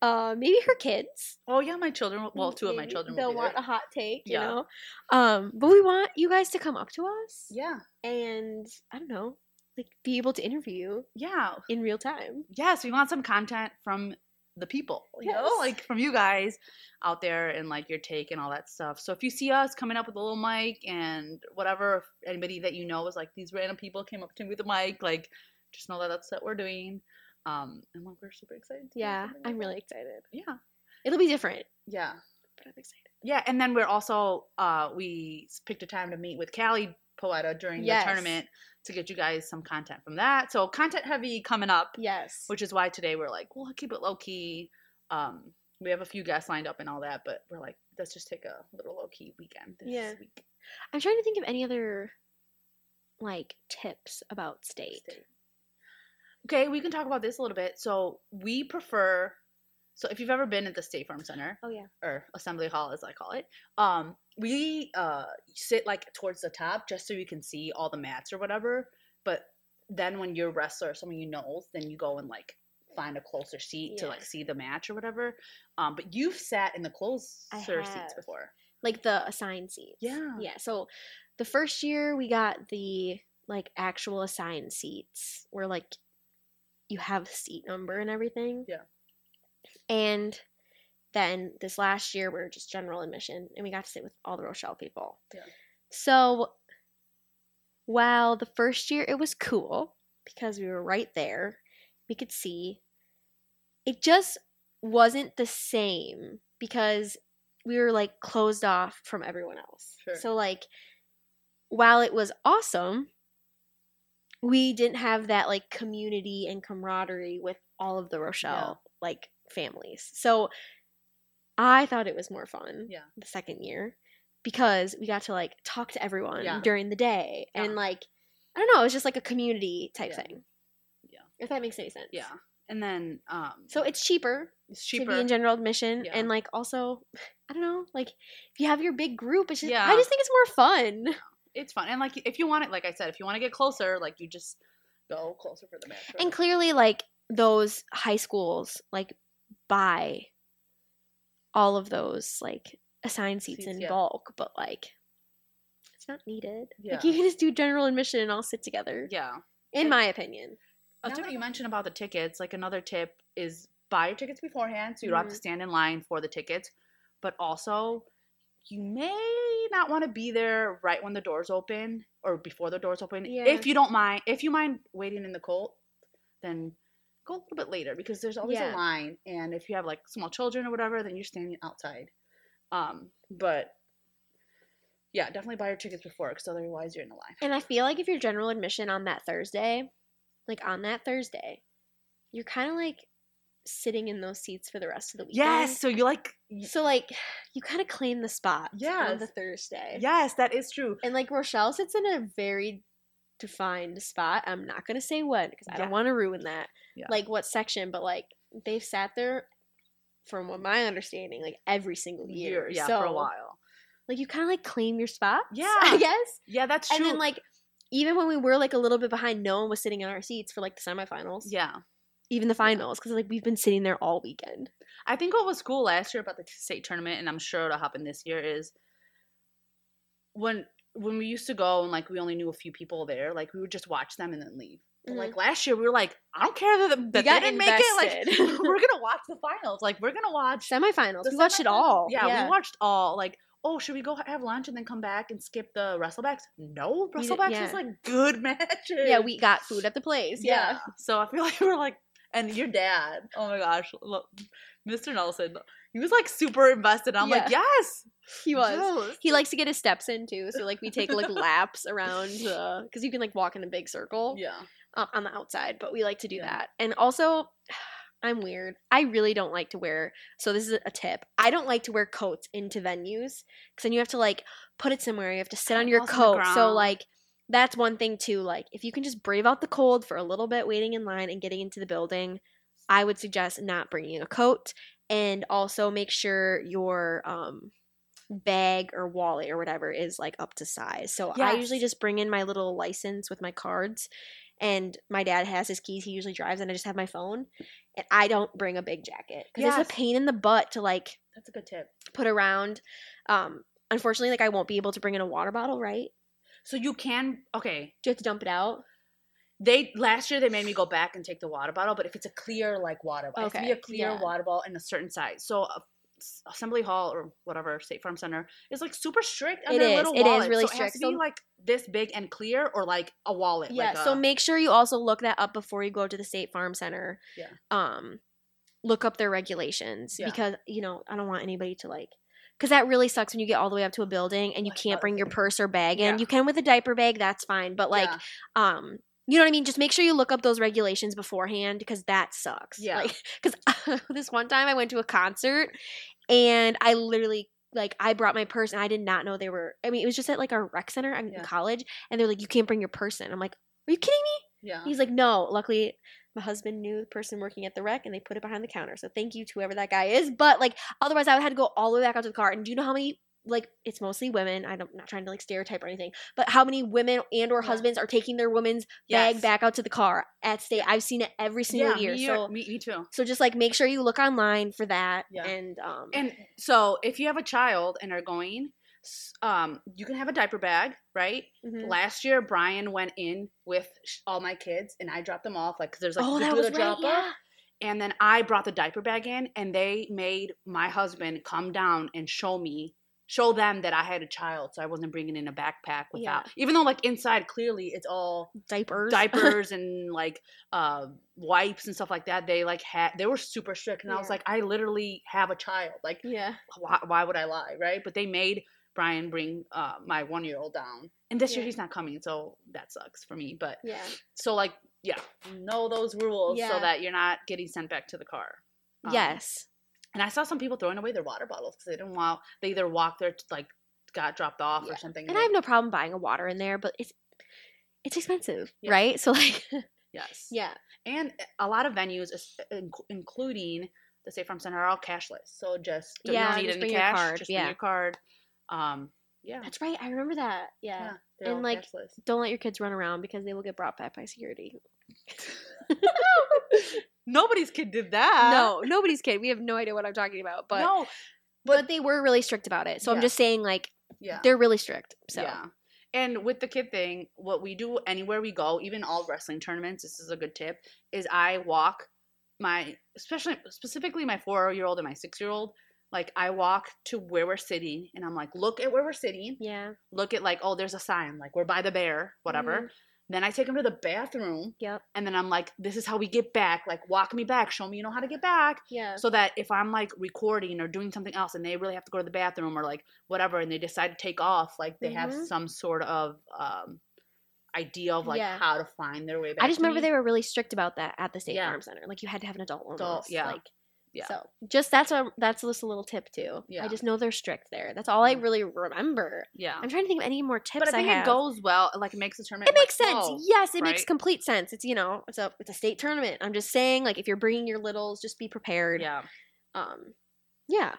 A: uh, maybe her kids.
B: Oh yeah, my children. will- Well, two of my
A: Maybe
B: children
A: They'll
B: will be
A: want
B: there.
A: a hot take,
B: Yeah.
A: you know. Um, but we want you guys to come up to us
B: Yeah,
A: and I don't know, like be able to interview
B: yeah.
A: in real time.
B: yes, we want some content from the people, you know,
A: Yes.
B: like from you guys out there and like your take and all that stuff. So if you see us coming up with a little mic and whatever, if anybody that you know is like these random people came up to me with a mic, like just know that that's what we're doing. Um, and like we're super excited. to do
A: Yeah,
B: something like
A: I'm
B: that.
A: really excited.
B: yeah,
A: It'll be different,
B: yeah,
A: but I'm excited.
B: yeah. And then we're also uh we s- picked a time to meet with Callie Poeta during
A: Yes.
B: the tournament to get you guys some content from that. So content heavy coming up
A: Yes.
B: which is why today we're like, well, keep it low key. Um, we have a few guests lined up and all that, but we're like, let's just take a little low key weekend this
A: Yeah.
B: week.
A: I'm trying to think of any other like tips about state.
B: State. Okay, we can talk about this a little bit. So we prefer. So if you've ever been at the State Farm Center
A: Oh yeah.
B: or Assembly Hall, as I call it, um, we uh, sit like towards the top just so you can see all the mats or whatever. But then when you're a wrestler, or someone you know, then you go and like find a closer seat to
A: Yeah.
B: like see the match or whatever. Um, but you've sat in the closer seats
A: have.
B: before.
A: Like the assigned seats.
B: Yeah.
A: Yeah. So the first year we got the like actual assigned seats where like you have seat number and everything.
B: Yeah.
A: And then this last year we were just general admission and we got to sit with all the Rochelle people.
B: Yeah.
A: So while the first year it was cool because we were right there, we could see, it just wasn't the same because we were like closed off from everyone else.
B: Sure.
A: So like while it was awesome, we didn't have that like community and camaraderie with all of the Rochelle like families. So I thought it was more fun
B: Yeah.
A: the second year because we got to like talk to everyone
B: Yeah.
A: during the day
B: Yeah.
A: and like I don't know, it was just like a community type
B: Yeah.
A: thing.
B: Yeah.
A: If that makes any sense.
B: Yeah. And then um
A: So it's cheaper
B: it's
A: to
B: cheaper.
A: be in general admission
B: Yeah.
A: and like also I don't know, like if you have your big group, it's just
B: Yeah.
A: I just think it's more fun.
B: it's fun. And like if you want it like I said, if you want to get closer, like you just go closer for the match. or
A: And
B: the-
A: clearly, like those high schools, like buy all of those like assigned seats,
B: Seats,
A: in
B: yeah.
A: bulk, but like it's not needed. Like
B: Yeah.
A: you can just do general admission and all sit together.
B: yeah.
A: In
B: And-
A: my opinion,
B: A
A: Now
B: tip
A: that
B: you
A: I-
B: mentioned about the tickets, like another tip is buy your tickets beforehand so you don't have to stand in line for the tickets. But also, you may not want to be there right when the doors open or before the doors open.
A: Yeah.
B: If you don't mind, if you mind waiting in the cold, then go a little bit later because there's always
A: Yeah.
B: a line. And if you have like small children or whatever, then you're standing outside. Um, but yeah, definitely buy your tickets before because otherwise you're in a line.
A: and I feel like if you're general admission on that Thursday, like on that Thursday, you're kind of like sitting in those seats for the rest of the weekend.
B: Yes, so you like y-
A: So like, you kind of claim the spot. On the
B: Yes.
A: Thursday.
B: yes, that is true.
A: And like Rochelle sits in a very defined spot. I'm not gonna say what because I
B: Yeah.
A: don't want to ruin that.
B: Yeah.
A: Like what section, but like they've sat there, from what my understanding, like every single year.
B: year, yeah,
A: so,
B: for a while.
A: Like you kind of like claim your spot. I
B: Yeah.
A: guess.
B: Yeah, that's true.
A: And then like even when we were like a little bit behind, no one was sitting in our seats for like the semifinals,
B: yeah,
A: even the finals, because like we've been sitting there all weekend.
B: I think what was cool last year about the state tournament, and I'm sure it'll happen this year, is when when we used to go and like we only knew a few people there, like we would just watch them and then leave. But,
A: Mhm.
B: Like last year, we were like, I don't care that, that they
A: got
B: didn't make it.
A: invested.
B: Like we're gonna watch the finals. Like we're gonna watch.
A: Semifinals,
B: the
A: we watched it
B: semifinals.
A: all.
B: Yeah, we watched all. Like, oh, should we go have lunch and then come back and skip the WrestleBacks? No,
A: We did-
B: WrestleBacks
A: yeah.
B: was like good matches.
A: Yeah, we got food at the place. yeah.
B: So I feel like we're like, and your dad, oh my gosh, lo- Mr. Nelson, he was like super invested. I'm like, yes,
A: He was.
B: yes.
A: He likes to get his steps in too. So like we take like laps around the because you can like walk in a big circle
B: Yeah.
A: uh, on the outside, but we like to do
B: Yeah.
A: that. And also, I'm weird. I really don't like to wear. So this is a tip. I don't like to wear coats into venues because then you have to like put it somewhere. You have to sit on your
B: Also on the
A: coat. So
B: ground.
A: like. That's one thing too. Like, if you can just brave out the cold for a little bit, waiting in line and getting into the building, I would suggest not bringing a coat. And also make sure your um, bag or wallet or whatever is like up to size. So I usually
B: Yes.
A: just bring in my little license with my cards, and my dad has his keys. He usually drives, and I just have my phone. And I don't bring a big jacket because it's
B: Yes.
A: a pain in the butt to like
B: That's a good tip.
A: put around. Um, unfortunately, like I won't be able to bring in a water bottle. Right?
B: So you can, okay.
A: Do you have to dump it out?
B: They last year they made me go back and take the water bottle, but if it's a clear like water bottle, it has to be
A: Okay,
B: a clear
A: yeah.
B: water bottle in a certain size. So uh, s- Assembly Hall or whatever State Farm Center is like super strict on
A: It
B: their
A: is,
B: little
A: it is
B: wallet.
A: really
B: so it
A: strict.
B: has to
A: So-
B: be like this big and clear, or like a wallet.
A: yeah.
B: Like uh,
A: so
B: a-
A: make sure you also look that up before you go to the State Farm Center.
B: Yeah.
A: Um, look up their regulations
B: Yeah.
A: because you know I don't want anybody to like. Because that really sucks when you get all the way up to a building and you
B: Like,
A: can't
B: uh,
A: bring your purse or bag in.
B: yeah.
A: You can with a diaper bag, that's fine. But like,
B: Yeah.
A: um you know what i mean just make sure you look up those regulations beforehand because that sucks
B: Yeah.
A: because this one time i went to a concert and i literally like i brought my purse and i did not know they were i mean it was just at like our rec center in
B: Yeah.
A: college and they're like you can't bring your purse in i'm like are you kidding me
B: yeah.
A: he's like no luckily my husband knew the person working at the rec and they put it behind the counter so thank you to whoever that guy is but like otherwise i would have to go all the way back out to the car and do you know how many like it's mostly women i'm not trying to like stereotype or anything but how many women and or
B: Yeah.
A: husbands are taking their women's bag
B: Yes.
A: back out to the car at state. I've seen it every single year.
B: Me,
A: so
B: me, me too.
A: so just like make sure you look online for that.
B: Yeah.
A: And um
B: And so, if you have a child and are going, s- um, you can have a diaper bag, right?
A: mhm.
B: Last year, Brian went in with sh- all my kids, and I dropped them off, like, 'cause there's like
A: oh
B: you
A: that
B: do
A: was
B: the
A: right.
B: drop
A: Yeah.
B: off, And then I brought the diaper bag in, and they made my husband come down and show me, show them that I had a child, so I wasn't bringing in a backpack without. Even though, like inside, clearly it's all
A: diapers.
B: diapers and like uh, wipes and stuff like that. They like had they were super strict, and I was
A: Yeah.
B: like, I literally have a child. Like,
A: Yeah.
B: why, why would I lie, right? But they made Brian bring uh, my one year old down, and this year
A: Yeah.
B: he's not coming, so that sucks for me. But
A: Yeah.
B: so like, yeah, know those rules so
A: Yeah.
B: that you're not getting sent back to the car. Um,
A: yes.
B: And I saw some people throwing away their water bottles because they didn't want. They either walked there, like got dropped off
A: Yeah.
B: or something.
A: And
B: they-
A: I have no problem buying a water in there, but it's it's expensive,
B: Yeah.
A: right? So like
B: yes.
A: Yeah.
B: And a lot of venues, is- in- including the State Farm Center, are all cashless. So just don't-
A: Yeah,
B: you don't need
A: just
B: any
A: bring your
B: cash.
A: card,
B: Just
A: yeah.
B: bring your card. Um, yeah.
A: That's right. I remember that. Yeah.
B: yeah, they're
A: and,
B: all
A: like,
B: cashless.
A: Don't let your kids run around because they will get brought back by security.
B: Nobody's kid did that.
A: no, nobody's kid. We have no idea what I'm talking about, but
B: no.
A: but, they were really strict about it. So
B: Yeah.
A: I'm just saying like
B: Yeah.
A: they're really strict. So
B: Yeah. And with the kid thing, what we do anywhere we go, even all wrestling tournaments, this is a good tip, is I walk my especially specifically my four year old and my six year old, like I walk to where we're sitting and I'm like, look at where we're sitting.
A: yeah.
B: Look at like, oh, there's a sign, like we're by the bear, whatever.
A: Mhm.
B: Then I take him to the bathroom
A: Yep.
B: and then I'm like, this is how we get back. Like walk me back, show me you know how to get back.
A: Yeah.
B: So that if I'm like recording or doing something else and they really have to go to the bathroom or like whatever and they decide to take off, like they have
A: Mhm.
B: some sort of um idea of like
A: Yeah.
B: how to find their way back.
A: I just
B: to
A: remember
B: me.
A: they were really strict about that at the State
B: Yeah.
A: Farm Center. Like you had to have an adult almost.
B: Adult, yeah.
A: Like,
B: Yeah.
A: So just that's a that's just a little tip too.
B: Yeah.
A: I just know they're strict there. That's all I
B: Mhm.
A: really remember.
B: Yeah.
A: I'm trying to think of any more tips.
B: But I think
A: have.
B: it goes well, like it makes the tournament.
A: It makes
B: like,
A: sense.
B: oh,
A: yes, it makes
B: right?
A: complete sense. It's you know, it's a it's a state tournament. I'm just saying, like if you're bringing your littles, just be prepared.
B: Yeah.
A: Um, yeah.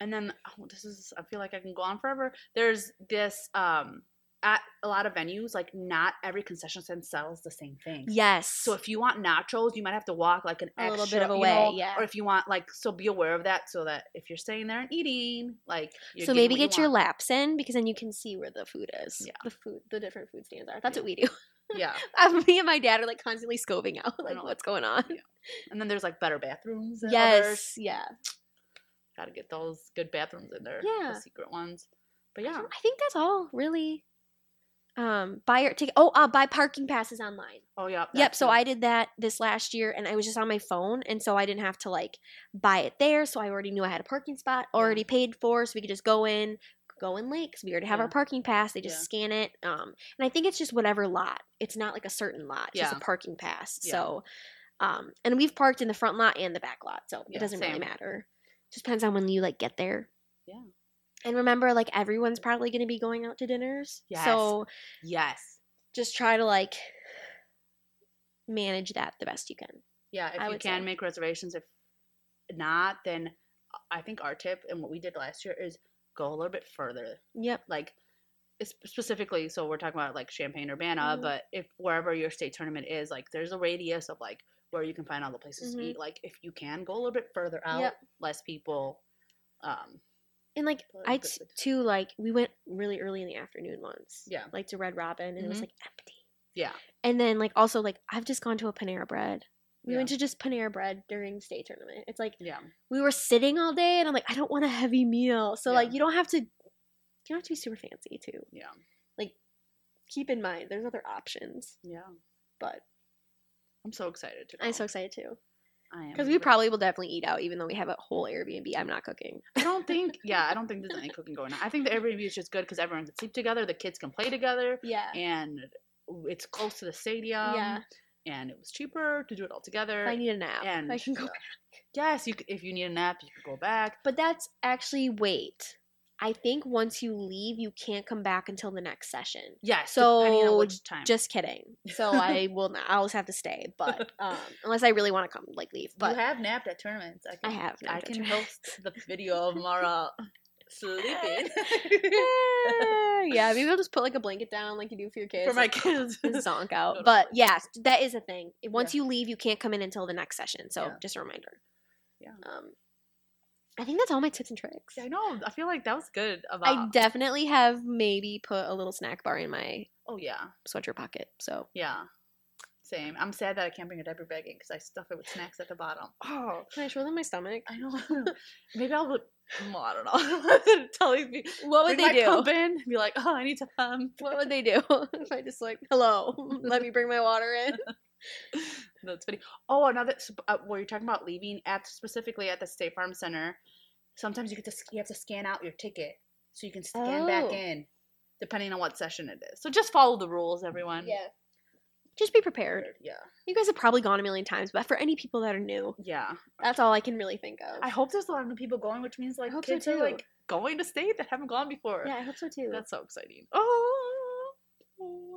B: and then oh, this is i feel like i can go on forever there's this um at a lot of venues like not every concession stand sells the same thing
A: Yes.
B: so if you want nachos you might have to walk like an
A: A little bit
B: extra,
A: of a
B: you
A: way,
B: know,
A: yeah.
B: or if you want like so be aware of that so that if you're staying there and eating like you're
A: so
B: getting
A: maybe
B: what you
A: get your
B: want.
A: laps in because then you can see where the food is.
B: Yeah.
A: The food, the different food stands are. That's
B: Yeah.
A: what we do. Um,
B: yeah
A: Me and my dad are like constantly scoping out like
B: know.
A: what's going on.
B: and then there's like better bathrooms and
A: yes.
B: others.
A: Yeah.
B: gotta get those good bathrooms in there
A: Yeah.
B: the secret ones but
A: I
B: yeah
A: don't- I think that's all really. Um, buy your ticket. Oh, uh, buy parking passes online.
B: oh yeah
A: Yep.
B: that
A: So
B: too.
A: I did that this last year, and I was just on my phone, and so I didn't have to like buy it there. So I already knew I had a parking spot
B: Yeah.
A: already paid for, so we could just go in, go in late because we already have
B: Yeah.
A: our parking pass. They just
B: Yeah.
A: scan it, um, and I think it's just whatever lot. It's not like a certain lot. It's
B: Yeah.
A: just a parking pass.
B: Yeah.
A: So, um, and we've parked in the front lot and the back lot, so
B: Yeah,
A: it doesn't
B: same.
A: really matter. Just depends on when you like get there.
B: Yeah.
A: And remember, like everyone's probably going to be going out to dinners.
B: Yes.
A: So
B: yes
A: just try to like manage that the best you can.
B: Yeah, if
A: I
B: you
A: would
B: can
A: say.
B: make reservations. If not, then I think our tip and what we did last year is go a little bit further.
A: Yep.
B: Like it's specifically, so we're talking about like Champagne Urbana,
A: Mhm.
B: but if wherever your state tournament is, like there's a radius of like where you can find all the places to
A: Mhm.
B: eat. Like if you can go a little bit further out,
A: Yep.
B: less people. Um,
A: And like
B: Well,
A: I
B: good
A: t-
B: food.
A: too like we went really early in the afternoon once.
B: Yeah.
A: Like to Red Robin and it
B: Mhm.
A: was like empty.
B: yeah,
A: And then like also like I've just gone to a Panera Bread. We
B: Yeah.
A: went to just Panera Bread during state tournament. It's like
B: yeah,
A: we were sitting all day and I'm like I don't want a heavy meal. So
B: Yeah.
A: like you don't have to you don't have to be super fancy too.
B: yeah,
A: Keep in mind there's other options,
B: yeah.
A: but
B: I'm so excited to go.
A: I'm so excited too
B: I am
A: because we
B: really-
A: probably will definitely eat out even though we have a whole Airbnb. I'm not cooking.
B: I don't think, yeah, I don't think there's any cooking going on. I think the Airbnb is just good because everyone can sleep together, the kids can play together.
A: Yeah.
B: and w- it's close to the stadium.
A: yeah.
B: And it was cheaper to do it all together.
A: If I need a nap.
B: and
A: I can go
B: uh, Yes, you c- if you need a nap, you could go back.
A: But that's actually wait. I think once you leave, you can't come back until the next session.
B: Yes, depending on
A: So,
B: which time.
A: Just kidding. So I will not. I always have to stay, but um, unless I really want to come, like leave.
B: you
A: But
B: have napped at tournaments. I,
A: I
B: can,
A: have napped
B: I
A: at
B: can
A: tournaments.
B: post the video of Mara sleeping
A: Eh, yeah, maybe I'll just put like a blanket down, like you do for your kids,
B: for my
A: like,
B: kids.
A: and zonk out.
B: Go to
A: But
B: sleep.
A: yeah, that is a thing. If- Once you leave, you can't come in until the next session. So
B: Yeah.
A: just a reminder.
B: Yeah.
A: Um, I think that's all my tips and tricks.
B: I know. I feel like that was good. About
A: I definitely have maybe put a little snack bar in my
B: oh yeah,
A: sweatshirt pocket. So
B: yeah. Same. I'm sad that I can't bring a diaper bag in because I stuff it with snacks at the bottom. Oh,
A: Can I show them my stomach?
B: I know. Maybe I'll. Look, well, I don't know. Tell these people.
A: What would
B: bring
A: they
B: my
A: do?
B: cup in, be like, oh, I need to um.
A: What would they do if I just like, hello, let me bring my water in?
B: That's funny. Oh, another. sp- Uh, well, you're talking about leaving at specifically at the State Farm Center. Sometimes you get to sc- you have to scan out your ticket so you can scan back
A: Oh.
B: in, depending on what session it is. So just follow the rules, everyone.
A: Just be prepared.
B: Yeah.
A: You guys have probably gone a million times, but for any people that are new,
B: Yeah.
A: that's all I can really think of.
B: I hope there's a lot of new people going, which means like
A: hope so,
B: kids are
A: too.
B: like going to state that haven't gone before.
A: yeah, I hope so too.
B: That's so exciting. Oh.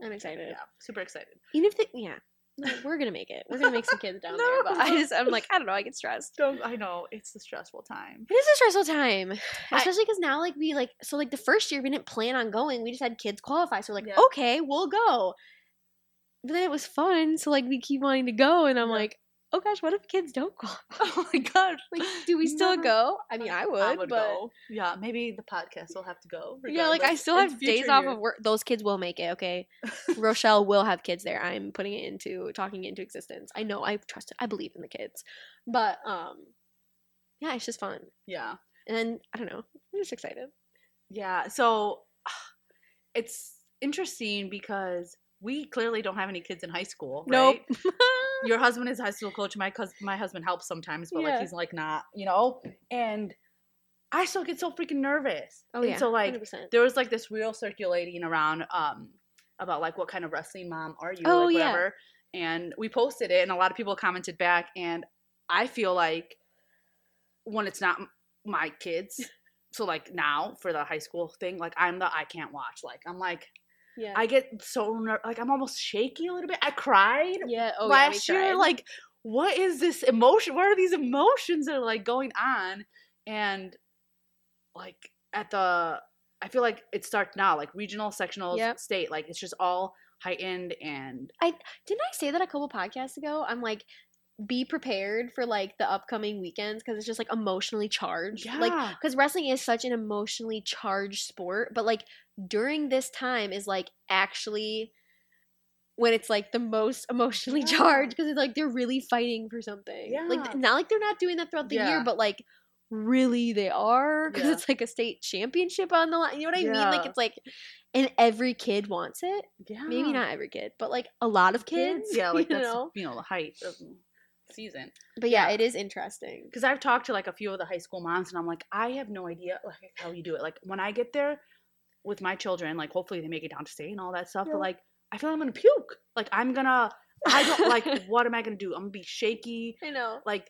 A: I'm excited.
B: Yeah, super excited.
A: Even if they, yeah, no, we're gonna make it. We're gonna make some kids down there. But I
B: No.
A: just, I'm like, I don't know. I get stressed.
B: Don't, I know it's a stressful time.
A: It is a stressful time,
B: I-
A: especially because now, like, we like so like the first year we didn't plan on going. We just had kids qualify, so we're like,
B: Yeah.
A: okay, we'll go. But then it was fun, so like we keep wanting to go, and I'm
B: Yeah.
A: like, oh gosh, what if kids don't qualify?
B: Oh my god!
A: Like, do we still
B: Never-
A: go? I mean, I would, but
B: go. yeah, maybe the podcast will have to go.
A: yeah, like I
B: regardless
A: still
B: in
A: have days
B: future
A: off
B: years.
A: of work. Those kids will make it. Okay, Rochelle will have kids there. I'm putting it into talking it into existence. I know. I trust it. I believe in the kids, but um, yeah, it's just fun.
B: Yeah,
A: And then I don't know. I'm just excited.
B: yeah. So it's interesting because we clearly don't have any kids in high school.
A: Nope.
B: right? Your husband is a high school coach. My cous- my husband helps sometimes, but like
A: Yeah.
B: he's like not, you know. And I still get so freaking nervous.
A: Oh
B: And
A: yeah.
B: So like
A: 100%.
B: there was like this reel circulating around um about like what kind of wrestling mom are you
A: Oh,
B: like
A: yeah.
B: whatever and we posted it and a lot of people commented back and i feel like when it's not m- my kids so like now for the high school thing like i'm the i can't watch like i'm like
A: yeah.
B: i get so ner- like i'm almost shaky a little bit i cried
A: yeah. Oh yeah. we
B: last year
A: tried.
B: like what is this emotion what are these emotions that are like going on and like at the i feel like it starts now like regional sectional
A: Yep.
B: state like it's just all heightened and
A: Didn't I say that a couple podcasts ago? I'm like, be prepared for like the upcoming weekends because it's just like emotionally charged. Like
B: Yeah.
A: because wrestling is such an emotionally charged sport, but like during this time is like actually when it's like the most emotionally
B: Yeah.
A: charged because it's like they're really fighting for something. Like th-
B: Yeah.
A: not like they're not doing that throughout the year,
B: Yeah.
A: but like really they are because
B: Yeah.
A: it's like a state championship on the line. You know what I mean? Like
B: Yeah.
A: it's like and every kid wants it
B: yeah
A: maybe not every kid, but like a lot of kids.
B: yeah like
A: you
B: that's
A: know.
B: you know the height of season
A: But yeah,
B: yeah.
A: it is interesting.
B: because I've talked to like a few of the high school moms, and I'm like, I have no idea like how you do it. Like when I get there with my children, like hopefully they make it down to state and all that stuff,
A: Yeah.
B: but like I feel like I'm gonna puke. Like I'm gonna, I don't like. What am I gonna do? I'm gonna be shaky.
A: I know.
B: Like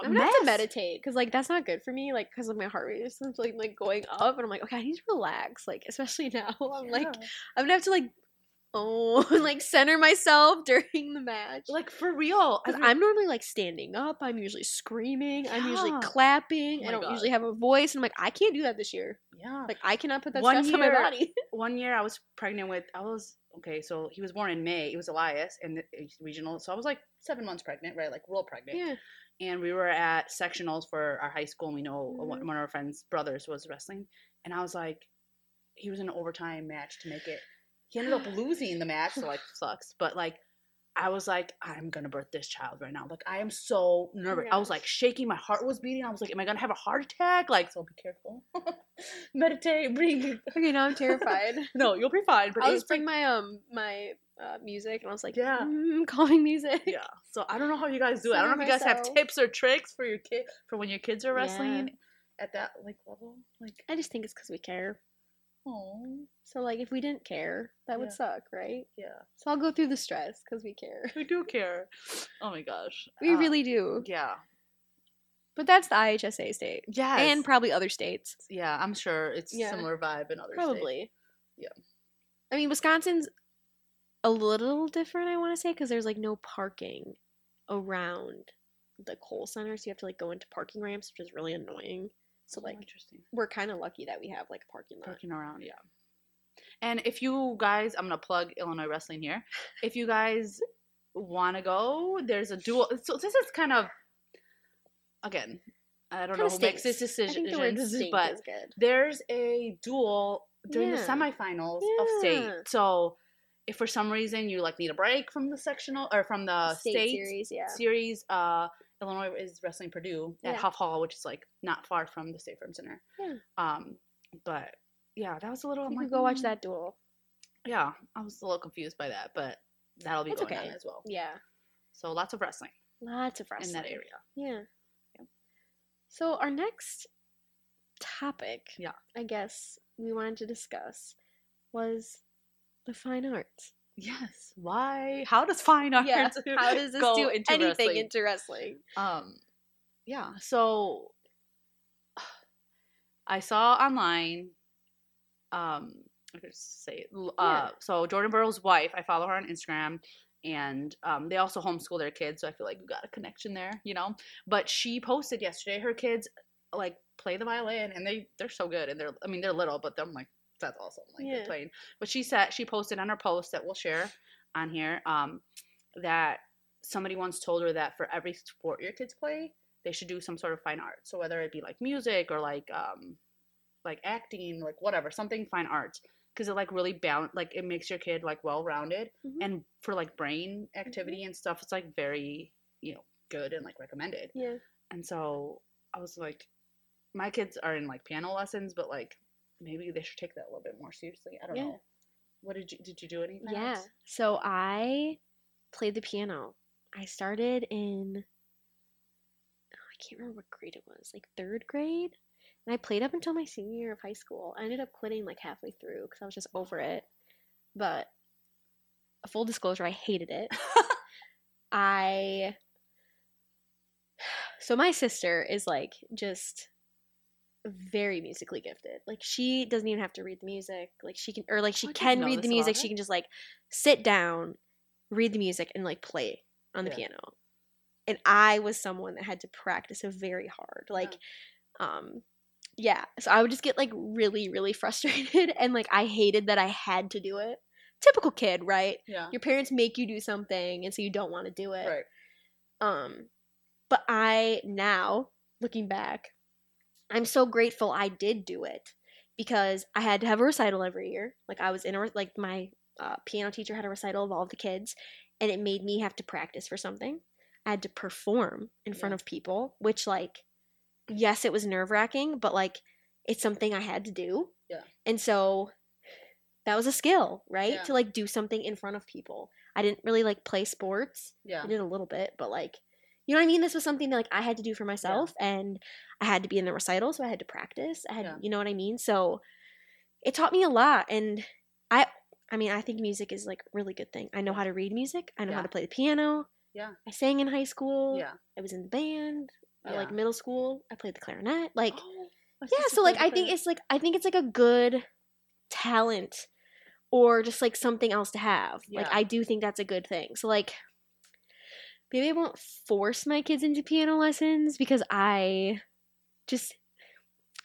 B: a
A: I'm gonna have to
B: mess.
A: meditate because like that's not good for me. Like because like my heart rate is just, like like going up, and I'm like, okay, I need to relax. Like especially now, I'm like
B: Yeah.
A: I'm gonna have to like oh like center myself during the match. Like
B: like for real. I
A: because
B: mean,
A: I'm normally like standing up. I'm usually screaming. I'm usually
B: Yeah.
A: clapping.
B: Oh
A: I
B: my
A: don't
B: God.
A: usually have a voice. And I'm like I can't do that this year.
B: yeah.
A: Like I cannot put that
B: One
A: stress on my
B: year-
A: body.
B: one year I was pregnant with I was okay, so he was born in May. It was Elias and the- he's regional, so I was like seven months pregnant, right? Like real pregnant.
A: yeah.
B: and we were at sectionals for our high school. And we know a-
A: Mhm.
B: one of our friends' brothers was wrestling, and I was like, he was in an overtime match to make it. He ended up losing the match, so like sucks. But like, I was like, I'm gonna birth this child right now. Like, I am so nervous. I was like shaking, my heart was beating. I was like, am I gonna have a heart attack? Like, so be careful, meditate, breathe.
A: Okay, now I'm terrified.
B: No, you'll be fine. But
A: I'll
B: it
A: just
B: was
A: bring
B: like,
A: my um my uh, music, and I was like,
B: Yeah.
A: mm, calming music.
B: yeah. So I don't know how you guys do it. I
A: Center
B: don't know if you guys have
A: myself.
B: tips or tricks for your kid for when your kids are
A: Yeah.
B: wrestling at that like level, like.
A: I just think it's because we care.
B: Oh,
A: So like, if we didn't care, that would
B: Yeah.
A: suck, right?
B: yeah.
A: So I'll go through the stress because we care.
B: We do care. Oh my gosh.
A: We
B: Uh,
A: really do.
B: Yeah.
A: But that's the IHSA state,
B: Yes.
A: and probably other states.
B: yeah, I'm sure it's
A: Yeah.
B: similar vibe in other states.
A: Probably.
B: Yeah.
A: I mean, Wisconsin's a little different. I want to say because there's like no parking around the coal center, so you have to like go into parking ramps, which is really annoying. So
B: Oh,
A: like,
B: interesting.
A: we're kind of lucky that we have like a parking lot.
B: Looking around, yeah. And if you guys, I'm gonna plug Illinois wrestling here. If you guys want to go, there's a dual. So this is kind of, again, I don't
A: Kinda
B: know who makes this
A: stinks. I
B: decision,
A: think the word stink
B: but
A: is good.
B: there's a duel during the
A: Yeah.
B: semifinals of
A: Yeah.
B: state. So if for some reason you like need a break from the sectional or from the
A: state,
B: uh, state,
A: series, yeah.
B: series, uh, Illinois is wrestling Purdue at
A: Yeah.
B: Huff Hall, which is like not far from the State Farm Center.
A: Yeah.
B: Um, but yeah, that was a little. I'm
A: You
B: like,
A: could go watch
B: "Mm."
A: that duel.
B: Yeah, I was a little confused by that, but that'll be
A: It's
B: going
A: okay.
B: on as well.
A: Yeah,
B: So lots of wrestling,
A: lots of wrestling
B: in that area.
A: Yeah.
B: Yeah.
A: So our next topic,
B: Yeah.
A: I guess we wanted to discuss was the fine arts.
B: Yes. Why? How does fine art?
A: Yeah, How does this
B: go
A: do
B: into
A: anything
B: wrestling?
A: into wrestling?
B: um yeah so i saw online um i could just say it, l- uh
A: Yeah.
B: so jordan burroughs wife i follow her on instagram and um, they also homeschool their kids so i feel like we got a connection there you know but she posted yesterday her kids like play the violin and they they're so good and they're i mean they're little but i'm like that's awesome like
A: Yeah.
B: they're playing but she said she posted on her post that we'll share on here um that somebody once told her that for every sport your kids play, they should do some sort of fine art. So whether it be like music or like um like acting, like whatever, something fine arts because it like really balance like it makes your kid like well-rounded
A: Mhm.
B: and for like brain activity and stuff it's like very, you know, good and like recommended.
A: Yeah.
B: And so I was like my kids are in like piano lessons but like maybe they should take that a little bit more seriously. I don't
A: Yeah.
B: know. What did you did you do anything?
A: Yeah. So I played the piano. I started in oh, I can't remember what grade it was, like third grade. And I played up until my senior year of high school. I ended up quitting like halfway through because I was just over it. But a full disclosure, I hated it. I so my sister is like just very musically gifted. Like she doesn't even have to read the music. Like she can or like she
B: Oh, I didn't
A: can
B: know
A: read the
B: this about
A: music.
B: her.
A: She can just like sit down, read the music and like play on the
B: Yeah.
A: piano. And I was someone that had to practice it very hard. Like um yeah, so I would just get like really really frustrated and like I hated that I had to do it. Typical kid, right?
B: Yeah.
A: Your parents make you do something and so you don't want to do it.
B: Right.
A: Um, but I now, looking back, I'm so grateful I did do it because I had to have a recital every year. Like I was in a re- like my uh, piano teacher had a recital of all of the kids, and it made me have to practice for something. I had to perform in front
B: Yeah.
A: of people, which like, yes, it was nerve wracking, but like, it's something I had to do.
B: Yeah.
A: And so, that was a skill, right?
B: Yeah.
A: To like do something in front of people. I didn't really like play sports.
B: Yeah.
A: I did a little bit, but like, you know what I mean? This was something that like I had to do for myself and I had to be in the recital, so I had to practice. I had,
B: Yeah.
A: you know what I mean? So it taught me a lot. And I, I mean, I think music is like a really good thing. I know how to read music, I know how
B: Yeah.
A: to play the piano.
B: Yeah.
A: I sang in high school.
B: Yeah.
A: I was in the band. Or, like
B: Yeah.
A: middle school, I played the clarinet. Like,
B: Oh, my
A: yeah
B: sister
A: so like
B: plays
A: i
B: the
A: think
B: clarinet.
A: it's like i think it's like a good talent or just like something else to have like
B: Yeah.
A: i do think that's a good thing so like maybe i won't force my kids into piano lessons because i just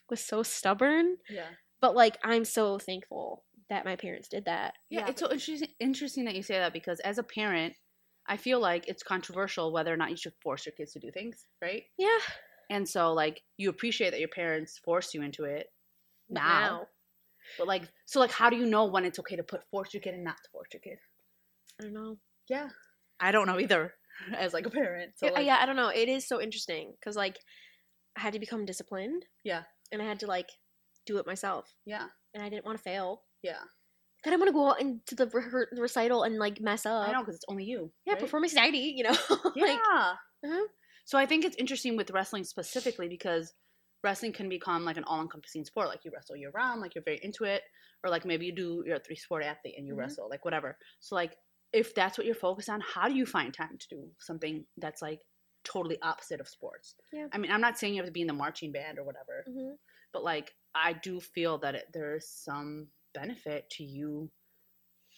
A: was so stubborn
B: yeah.
A: but like i'm so thankful that my parents did that
B: yeah it's so interesting interesting that you say that because as a parent i feel like it's controversial whether or not you should force your kids to do things right
A: yeah
B: and so like you appreciate that your parents forced you into it now, but like so like how do you know when it's okay to put force your kid and not to force your kid
A: i don't know
B: yeah i don't know either as like a parent so
A: Yeah, uh,
B: like,
A: yeah, I don't know. It is so interesting because like I had to become disciplined.
B: Yeah.
A: And I had to like do it myself,
B: yeah
A: and I didn't want to fail.
B: yeah
A: I didn't want to go out into the, rehe- the recital and like mess up.
B: i know because it's only you
A: Yeah,
B: right?
A: performance anxiety. You know.
B: yeah
A: like, uh-huh.
B: So I think it's interesting with wrestling specifically because wrestling can become like an all-encompassing sport. Like you wrestle year round, like you're very into it, or like maybe you do you're a three-sport athlete and you
A: Mhm.
B: wrestle, like whatever. So like if that's what you're focused on, how do you find time to do something that's like totally opposite of sports?
A: Yeah.
B: I mean, I'm not saying you have to be in the marching band or whatever,
A: Mhm.
B: but like I do feel that it, there is some benefit to you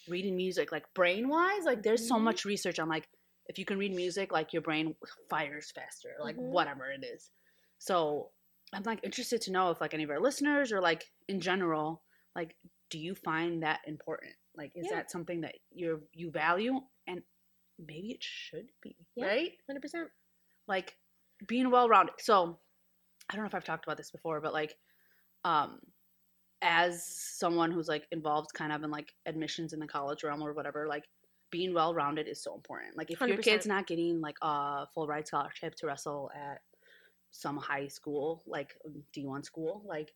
B: reading music, like brain wise. Like there's so
A: Mhm.
B: much research on like if you can read music, like your brain fires faster, like
A: Mhm.
B: whatever it is. So I'm like interested to know if like any of our listeners or like in general, like do you find that important? Like is
A: Yeah.
B: that something that you're you value and maybe it should be,
A: Yeah.
B: right?
A: 100%.
B: like being well rounded. So I don't know if I've talked about this before, but like um as someone who's like involved kind of in like admissions in the college realm or whatever, like being well rounded is so important. Like if your
A: 100%.
B: kid's not getting like a full ride scholarship to wrestle at some high school, like D one school, like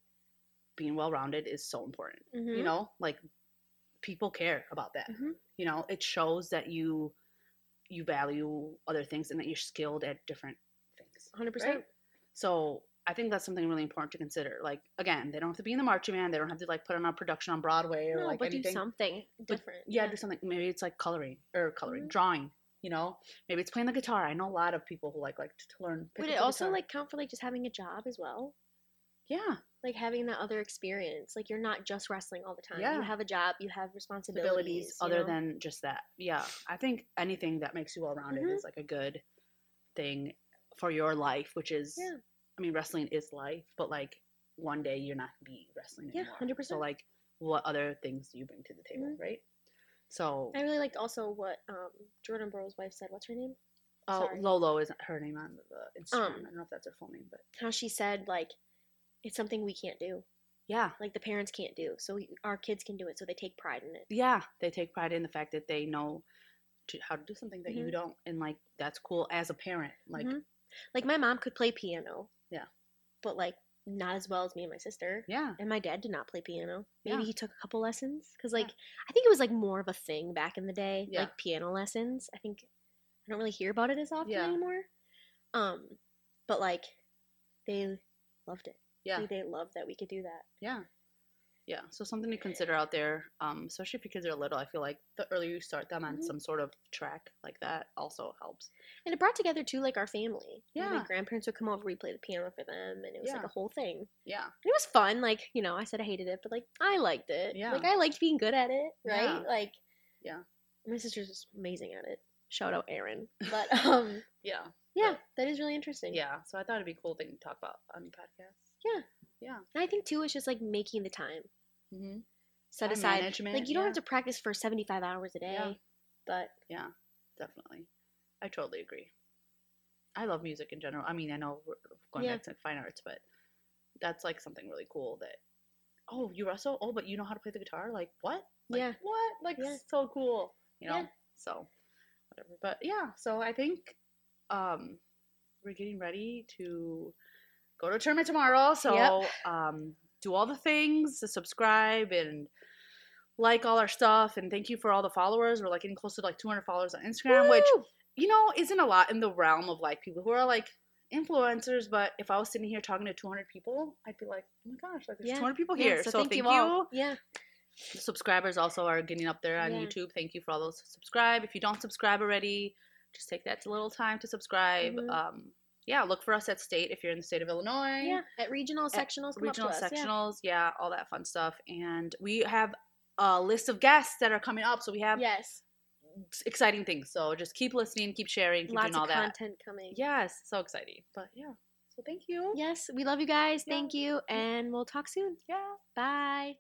B: being well rounded is so important. You
A: Mhm.
B: know, like people care about that.
A: Mhm.
B: You know, it shows that you you value other things and that you're skilled at different things.
A: 100%.
B: Right? So I think that's something really important to consider. Like again, they don't have to be in the marching band. They don't have to like put on a production on Broadway or
A: No,
B: like
A: but do
B: anything.
A: something different.
B: yeah, do something. Maybe it's like coloring or coloring,
A: Mhm.
B: drawing. You know, maybe it's playing the guitar. I know a lot of people who like like to learn. pick
A: Would
B: up
A: it
B: the
A: also
B: guitar.
A: like count for like just having a job as well?
B: yeah
A: Like having that other experience. Like you're not just wrestling all the time.
B: Yeah.
A: You have a job, you have
B: abilities
A: responsibilities. you
B: other
A: know?
B: than just that. Yeah, I think anything that makes you well rounded
A: Mhm.
B: is like a good thing for your life, which is.
A: Yeah.
B: I mean, wrestling is life, but like one day you're not gonna be wrestling
A: Yeah,
B: anymore.
A: 100%.
B: So like, what other things do you bring to the table,
A: Mhm.
B: right? So
A: I really liked also what um, Jordan Burroughs' wife said. What's her name?
B: Oh,
A: Sorry.
B: Lolo is her name on the Instagram.
A: Um,
B: I don't know if that's her full name, but
A: How she said like it's something we can't do.
B: yeah,
A: Like the parents can't do. So we, our kids can do it. So they take pride in it.
B: yeah, they take pride in the fact that they know to, how to do something that you
A: Mhm.
B: don't, and like that's cool as a parent. Like,
A: Mhm. Like my mom could play piano.
B: Yeah.
A: But like not as well as me and my sister.
B: yeah,
A: And my dad did not play piano. Maybe
B: Yeah.
A: he took a couple lessons because,
B: Yeah.
A: like, I think it was like more of a thing back in the day,
B: Yeah.
A: like piano lessons. I think I don't really hear about it as often
B: Yeah.
A: anymore. Um, but like, they loved it.
B: yeah,
A: They- They loved that we could do that.
B: yeah, yeah. So something to consider out there, um, especially if your kids are little. I feel like the earlier you start them on
A: Mhm.
B: some sort of track like that also helps.
A: And it brought together too, like our family. You know, My
B: Yeah.
A: grandparents would come over, we played the piano for them, and it was like
B: Yeah.
A: a whole thing. And
B: Yeah,
A: it was fun. Like, you know, I said I hated it, but like I liked it.
B: Yeah.
A: Like I liked being good at it, right?
B: Yeah.
A: Like,
B: Yeah.
A: My sister's just amazing at it. Shout out Erin. But um.
B: yeah,
A: Yeah,
B: But-
A: that is really interesting.
B: yeah. So I thought it'd be a cool thing to talk about on the podcast.
A: And I think too it's just like making the time
B: Mm-hmm.
A: set
B: Time
A: aside.
B: management,
A: Like you don't
B: yeah.
A: have to practice for seventy five hours a day,
B: Yeah.
A: but
B: Yeah, definitely. I totally agree. I love music in general. I mean, I know we're going
A: Yeah.
B: back to fine arts, but that's like something really cool that oh, you wrestle? Oh, but you know how to play the guitar? Like what? Like,
A: Yeah.
B: What? Like
A: Yeah.
B: so cool. You know?
A: Yeah.
B: So whatever. But yeah, so I think um we're getting ready to go to a tournament tomorrow. So um do all the things, to subscribe and like all our stuff and thank you for all the followers. We're like getting close to like 200 followers on Instagram, which
A: Woo!
B: you know isn't a lot in the realm of like people who are like influencers. But if I was sitting here talking to 200 people, I'd be like, oh my gosh, like there's
A: Yeah.
B: 200 people
A: Yeah,
B: here. so, thank, you.
A: all. Yeah.
B: The subscribers also are getting up there on
A: Yeah.
B: YouTube. Thank you for all those who subscribe. If you don't subscribe already, just take that little time to subscribe.
A: Mhm.
B: Um, yeah, look for us at state if you're in the state of Illinois
A: Yeah. At regional sectionals come
B: regional
A: up to us, yeah.
B: sectionals, yeah. all that fun stuff. And we have a list of guests that are coming up, so we have
A: Yes.
B: exciting things. So just keep listening, keep sharing, keep
A: Lots
B: doing all
A: of
B: that.
A: content coming.
B: Yes, so exciting. But yeah, so thank you.
A: Yes. We love you guys.
B: Yeah. Mm.
A: Thank you. And we'll talk soon.
B: yeah.
A: Bye.